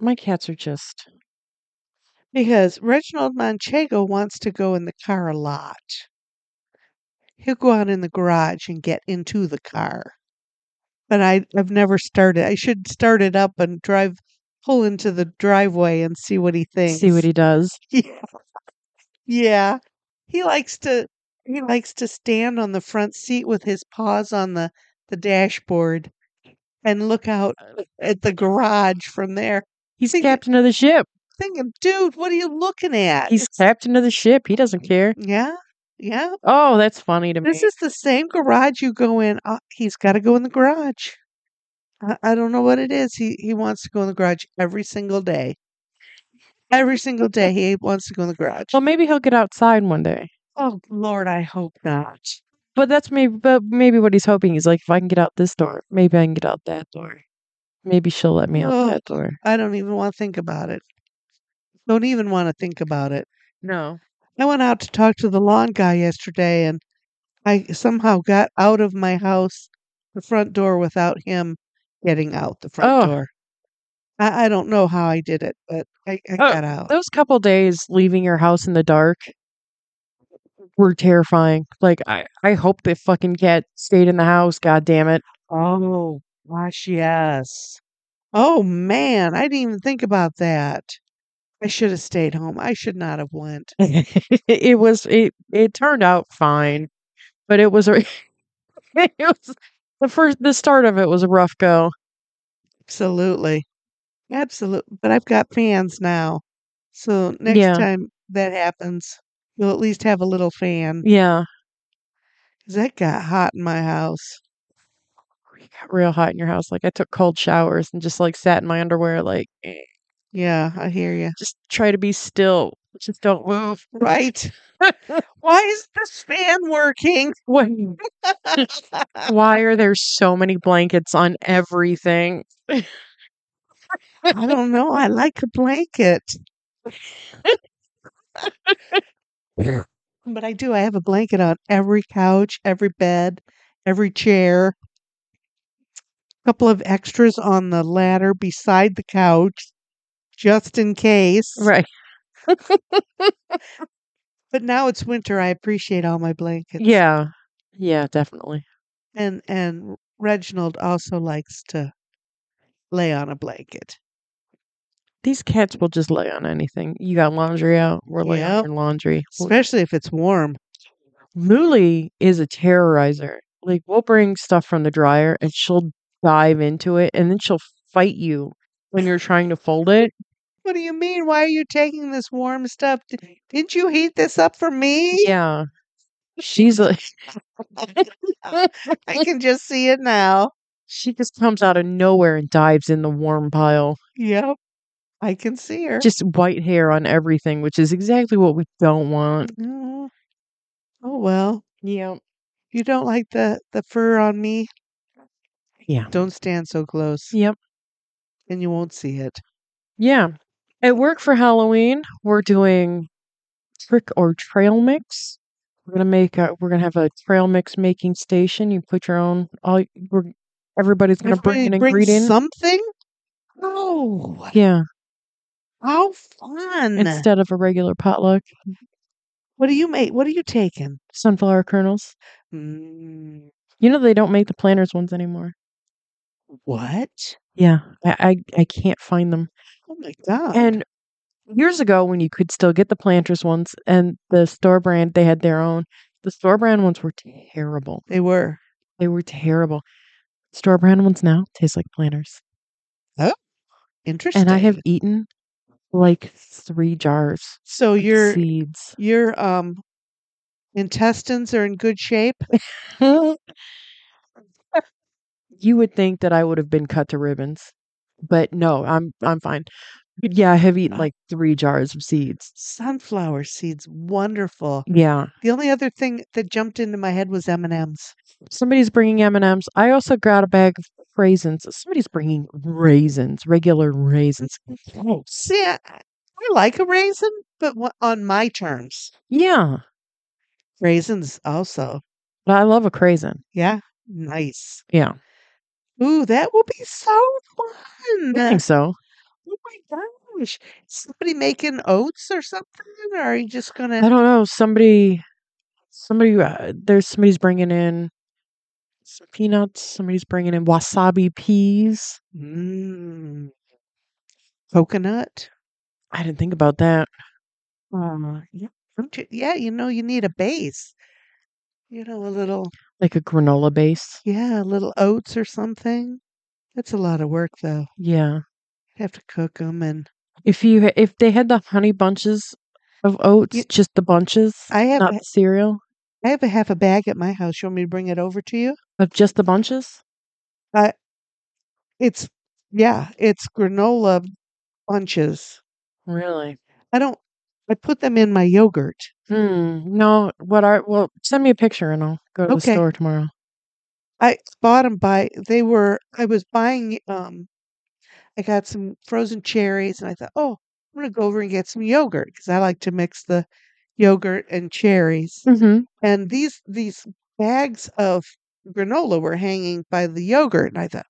My cats are just
because Reginald Manchego wants to go in the car a lot. He'll go out in the garage and get into the car. But I, I've never started. I should start it up and drive, pull into the driveway and see what he thinks.
see what he does.
<laughs> Yeah. Yeah. He likes to he likes to stand on the front seat with his paws on the the dashboard and look out at the garage from there.
He's
Think-
captain of the ship.
Thinking, dude, what are you looking at?
He's
It's-
captain of the ship. He doesn't care.
yeah, yeah.
Oh, that's funny to me.
This is the same garage you go in. Uh, he's got to go in the garage. I, I don't know what it is. He he wants to go in the garage every single day. Every single day he wants to go in the garage.
well, maybe he'll get outside one day.
Oh Lord, I hope not.
But that's maybe, but maybe what he's hoping. He's like, if I can get out this door, maybe I can get out that door. Maybe she'll let me out
Ugh.
that door.
I don't even want to think about it. Don't even want to think about it.
No.
I went out to talk to the lawn guy yesterday and I somehow got out of my house the front door without him getting out the front
Oh.
door. I, I don't know how I did it, but I, I got out.
Those couple days leaving your house in the dark were terrifying. Like I, I hope the fucking cat stayed in the house. God damn it. <laughs>
Oh gosh, yes. Oh man, I didn't even think about that. I should have stayed home. I should not have went.
it was it. It turned out fine, but it was a. <laughs> it was the first. The start of it was a rough go.
Absolutely. Absolutely. But I've got fans now. So next
Yeah.
time that happens, you'll at least have a little fan.
Yeah,
'Cause that got hot in my house.
it got real hot in your house. Like I took cold showers and just like sat in my underwear, like eh,
Yeah, I
<laughs>
hear you.
just try to be still. Just don't move. <laughs>
Right. Why is this fan working?
Why, why are there so many blankets on everything?
I don't know. I like a blanket. But I do. I have a blanket on every couch, every bed, every chair. A couple of extras on the ladder beside the couch. just in case.
Right.
But now it's winter. I appreciate all my blankets.
Yeah. Yeah, definitely.
And and Reginald also likes to lay on a blanket.
These cats will just lay on anything. You got laundry out. We're laying
Yep.
on your laundry. Well,
Especially if it's warm.
Luli is a terrorizer. Like we'll bring stuff from the dryer and she'll dive into it and then she'll fight you when you're trying to fold it.
What do you mean? Why are you taking this warm stuff? D- Didn't you heat this up for me?
Yeah. She's like
<laughs> I can just see it now.
<laughs> she just comes out of nowhere and dives in the warm pile.
Yep. I can see her.
Just white hair on everything, which is exactly what we don't want.
Mm. Oh well.
Yeah.
You don't like the the fur on me?
Yeah.
Don't stand so close
Yep.
and you won't see it.
Yeah. At work for Halloween, we're doing trick or trail mix. We're gonna make a, we're gonna have a trail mix making station. You put your own all we're, everybody's gonna bring an
Everybody brings
ingredient.
something? Oh,
yeah.
how fun.
Instead of a regular potluck.
what do you make? What are you taking?
Sunflower kernels.
Mm,
You know they don't make the planters ones anymore.
what?
Yeah. I I, I can't find them.
Oh my god.
And years ago when you could still get the planters ones and the store brand they had their own. The store brand ones were terrible.
they were.
They were terrible. Store brand ones now taste like planters.
Interesting.
And I have eaten like three jars
so
of
your
seeds.
your um intestines are in good shape.
<laughs> you would think that I would have been cut to ribbons, but no, I'm I'm fine. But yeah, I have eaten
Uh.
like three jars of seeds.
Sunflower seeds, wonderful.
Yeah,
The only other thing that jumped into my head was M and M's.
somebody's bringing M and M's. I also got a bag of raisins. Somebody's bringing raisins, regular raisins. Gross.
See, I, I like a raisin, but wha- on my terms.
Yeah,
Raisins also.
but I love a craisin.
Yeah, nice.
Yeah,
Ooh, that will be so fun.
I <laughs> think so.
Oh my gosh. Somebody making oats or something? Or are you just going
I
to.
don't know. Somebody, somebody, uh, there's somebody's bringing in some peanuts. Somebody's bringing in wasabi peas.
Mm, coconut?
I didn't think about that.
Uh, yeah. don't you- yeah, you know, you need a base. You know, a little,
Like a granola base.
yeah, a little oats or something. That's a lot of work, though.
Yeah.
have to cook them. And
If you ha- if they had the honey bunches of oats,
You-
just the bunches,
I have,
not
a-
the cereal,
I have a half a bag at my house. You want me to bring it over to you?
but just the bunches.
It's, yeah, it's granola bunches.
Really?
I don't, I put them in my yogurt.
Hmm. No. What are? Well, send me a picture and I'll go to the
Okay.
store tomorrow.
I bought them by they were I was buying um I got some frozen cherries and I thought oh I'm gonna go over and get some yogurt because I like to mix the yogurt and cherries
Mm-hmm.
and these these bags of granola were hanging by the yogurt and I thought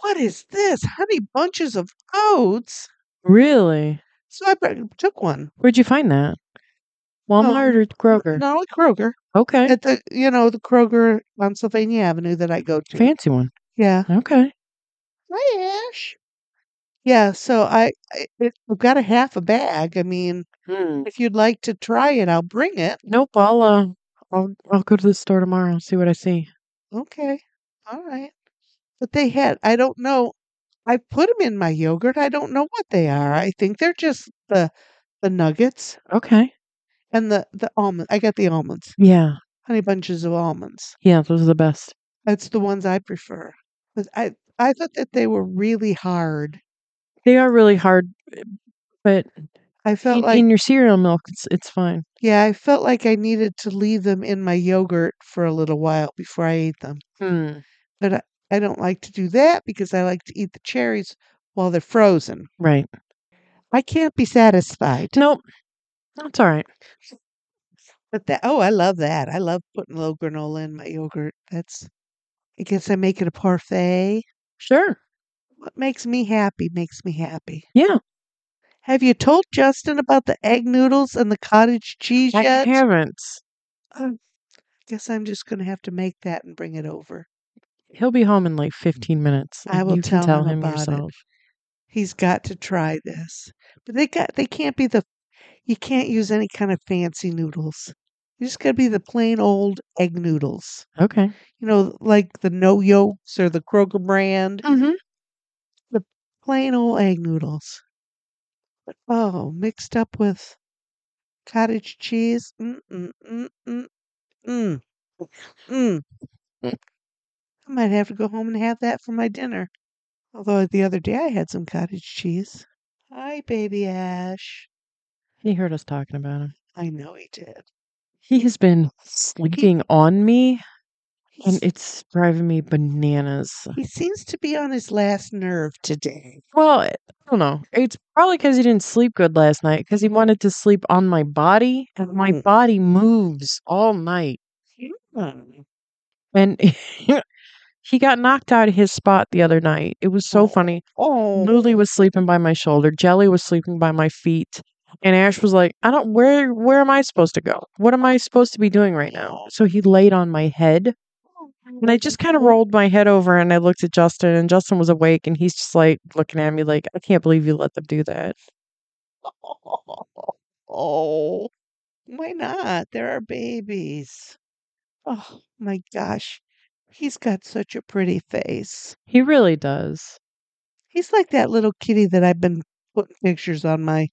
what is this honey bunches of oats
Really?
so I br- took one
Where'd you find that?
Oh,
Walmart or Kroger?
not only Kroger
Okay.
at the you know the Kroger on Sylvania Avenue that I go to
Fancy one.
yeah
Okay.
Hi, Ash. Yeah, so I, I it, I've got a half a bag. I mean,
Hmm.
if you'd like to try it, I'll bring it.
Nope. I'll uh, I'll I'll go to the store tomorrow. and See what I see.
Okay, all right. But they had, I don't know. I put them in my yogurt. I don't know what they are. I think they're just the the nuggets
Okay.
and the the almond. I got the almonds,
Yeah.
honey bunches of almonds.
Yeah. Those are the best.
That's the ones I prefer. But I I thought that they were really hard.
They are really hard, eh, but
I felt
in,
like
in your cereal milk, it's it's fine.
Yeah, I felt like I needed to leave them in my yogurt for a little while before I ate them.
Hmm.
But I, I don't like to do that because I like to eat the cherries while they're frozen.
Right.
I can't be satisfied.
Nope. That's all right.
But that, oh, I love that. I love putting a little granola in my yogurt. That's, I guess I make it a parfait.
Sure.
What makes me happy makes me happy.
Yeah.
Have you told Justin about the egg noodles and the cottage cheese
I
yet?
haven't.
Oh, guess I'm just going to have to make that and bring it over.
He'll be home in like 15 minutes.
I will
you
tell
can tell
him
him,
about it.
yourself.
He's got to try this. But they got they can't be the you can't use any kind of fancy noodles. You just got to be the plain old egg noodles.
Okay.
You know, like the no yolks or the Kroger brand,
Mm-hmm.
plain old egg noodles. But oh, mixed up with cottage cheese. Mm mm mm mm mm. mm. I might have to go home and have that for my dinner. Although the other day I had some cottage cheese. Hi, baby Ash.
He heard us talking about him.
I know he did.
He has been sleeping on me, and
He's-
it's driving me bananas.
he seems to be on his last nerve today.
Well, eh, I don't know. It's probably because he didn't sleep good last night because he wanted to sleep on my body, and my
Mm.
body moves all night.
Mm.
And <laughs> he got knocked out of his spot the other night. It was so
Oh.
funny.
Oh,
Lily was sleeping by my shoulder. Jelly was sleeping by my feet. And Ash was like, I don't where where am I supposed to go? What am I supposed to be doing right now? So he laid on my head. And I just
Mm-hmm.
kind of rolled my head over and I looked at Justin and Justin was awake and he's just like looking at me like, I can't believe you let them do that.
Oh, why not? There are babies. Oh my gosh. He's got such a pretty face.
He really does.
He's like that little kitty that I've been putting pictures on my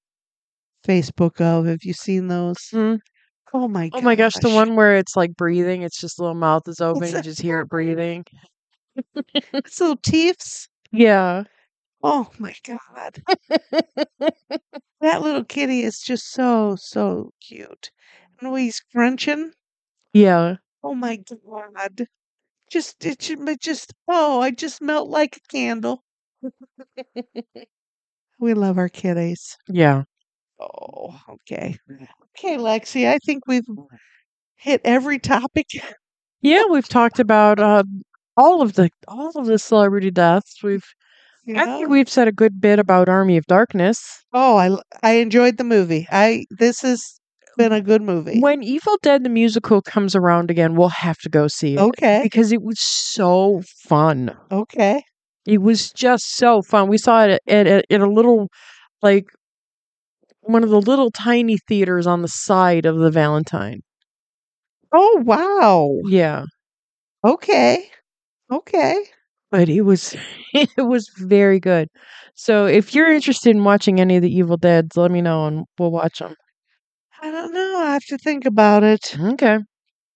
Facebook of. Have you seen those?
Mm.
Oh my gosh.
Oh my gosh, the one where it's like breathing, it's just little mouth is open,
It's
you
a-
just hear it breathing.
It's little teeths.
Yeah.
Oh my
<laughs>
God. That little kitty is just so, so cute. And the way he's crunching.
yeah.
Oh my God. Just, it should be just, oh, I just melt like a candle. We love our kitties.
Yeah.
Oh, okay. Okay, Lexi, I think we've hit every topic. <laughs>
Yeah, we've talked about uh, all of the all of the celebrity deaths. We've
You
I
know?
think we've said a good bit about Army of Darkness.
Oh, I, l- I enjoyed the movie. I, this has been a good movie.
When Evil Dead the musical comes around again, we'll have to go see it
Okay.
because it was so fun.
Okay.
It was just so fun. We saw it at, at, at a little like one of the little tiny theaters on the side of the Valentine.
Oh, wow.
Yeah,
Okay. Okay.
but it was <laughs> it was very good. So if you're interested in watching any of the Evil Deads, let me know and we'll watch them.
I don't know. I have to think about it.
Okay.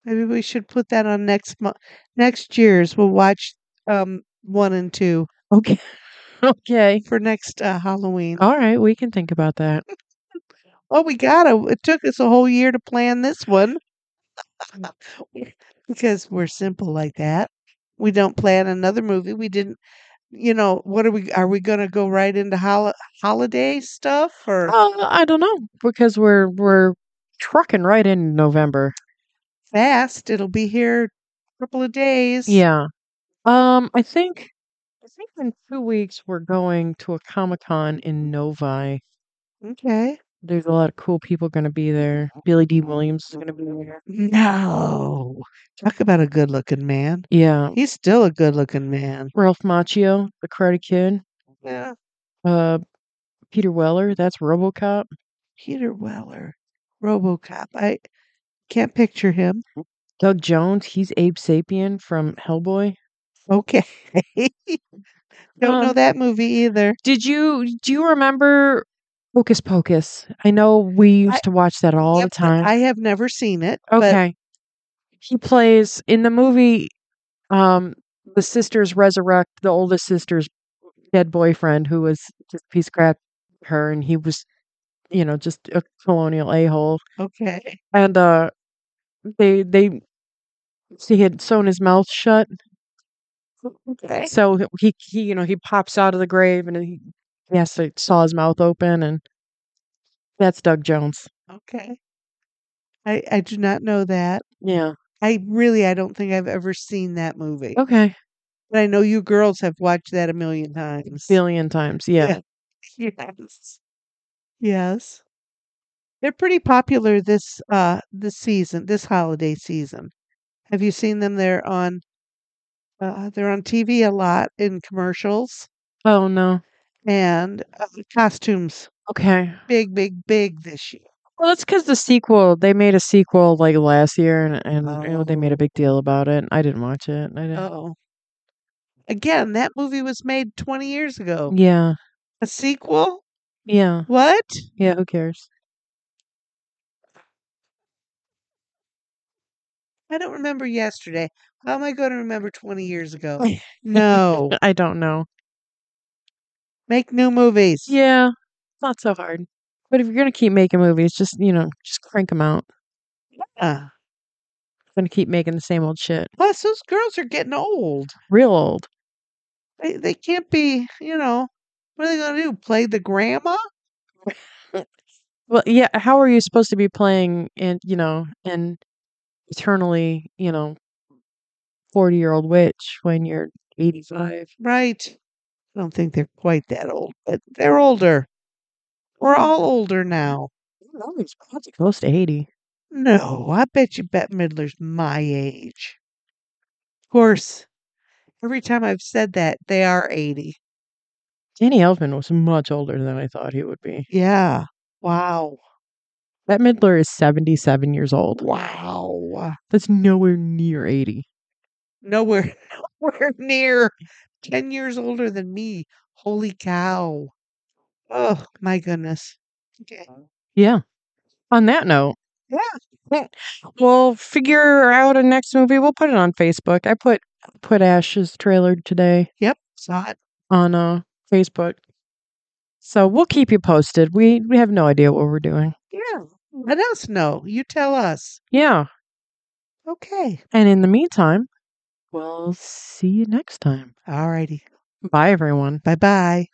Maybe we should put that on next month, next year's. We'll watch um one and two
Okay. <laughs> Okay.
for next uh, Halloween.
All right, we can think about that.
Oh, we gotta! It took us a whole year to plan this one <laughs> because we're simple like that. We don't plan another movie. We didn't. You know what are we? Are we gonna go right into hol- holiday stuff or?
Uh, I don't know because we're we're trucking right in November.
fast. It'll be here a couple of days.
Yeah. Um, I think I think in two weeks we're going to a Comic Con in Novi.
Okay.
There's a lot of cool people going to be there.
Oh.
Billy D. Williams is going to be there.
No. Talk about a good looking man.
Yeah.
He's still a good looking man.
Ralph Macchio, the Karate Kid.
Yeah.
Uh, Peter Weller, that's RoboCop.
Peter Weller, Robocop. I can't picture him.
Doug Jones, he's Abe Sapien from Hellboy.
Okay. <laughs> Don't know
Um,
that movie either.
Did you do you remember Hocus Pocus? I know we used
I-
to watch that all
Yep,
the time.
I have never seen it. But
okay. He plays in the movie um the sisters resurrect the oldest sister's dead boyfriend who was just a piece of crap to her and he was you know just a colonial a-hole
okay.
and uh they they so he had sewn his mouth shut
Okay.
so he, he you know he pops out of the grave and he, he has to saw his mouth open and that's doug jones
Okay. I, I do not know that.
yeah
I really I don't think I've ever seen that movie.
okay
But I know you girls have watched that a million times.
billion times. Yeah.
Yeah. Yes. Yes. They're pretty popular this uh this season, this holiday season. Have you seen them there on uh, they're on TV a lot in commercials
Oh no.
and uh, costumes.
Okay.
Big, big, big this year.
Well, that's because the sequel. They made a sequel like last year, and and you know, they made a
Oh.
big deal about it. I didn't watch it. I didn't.
Oh. Again, that movie was made 20 years ago.
Yeah.
A sequel?
Yeah.
What?
Yeah. Who cares?
I don't remember yesterday. How am I going to remember 20 years ago? No.
I don't know.
Make new movies.
Yeah. It's not so hard. But if you're gonna keep making movies, just you know, just crank them out.
Uh,
Gonna keep making the same old shit.
plus, those girls are getting old.
Real old.
They, they can't be, you know, what are they going to do? Play the grandma?
Well, yeah. How are you supposed to be playing and you know an eternally you know forty year old witch when you're eighty five?
Right. I don't think they're quite that old, but they're older. We're all older now.
Always probably close to eighty.
No, I bet you Bette Midler's my age. Of course, every time I've said that, they are 80.
Danny Elfman was much older than I thought he would be.
Yeah. Wow.
Bette Midler is seventy seven years old.
Wow.
That's nowhere near eighty.
Nowhere, <laughs> nowhere near 10 years older than me. Holy cow. Oh, my goodness. Okay.
Yeah. On that note.
Yeah.
<laughs> We'll figure out a next movie. We'll put it on Facebook. I put put Ash's trailer today
Yep. Saw it.
on uh, Facebook, so we'll keep you posted. We we have no idea what we're doing.
Yeah. Let us know. You tell us.
Yeah,
Okay.
and in the meantime, we'll see you next time.
All righty.
Bye, everyone.
Bye bye.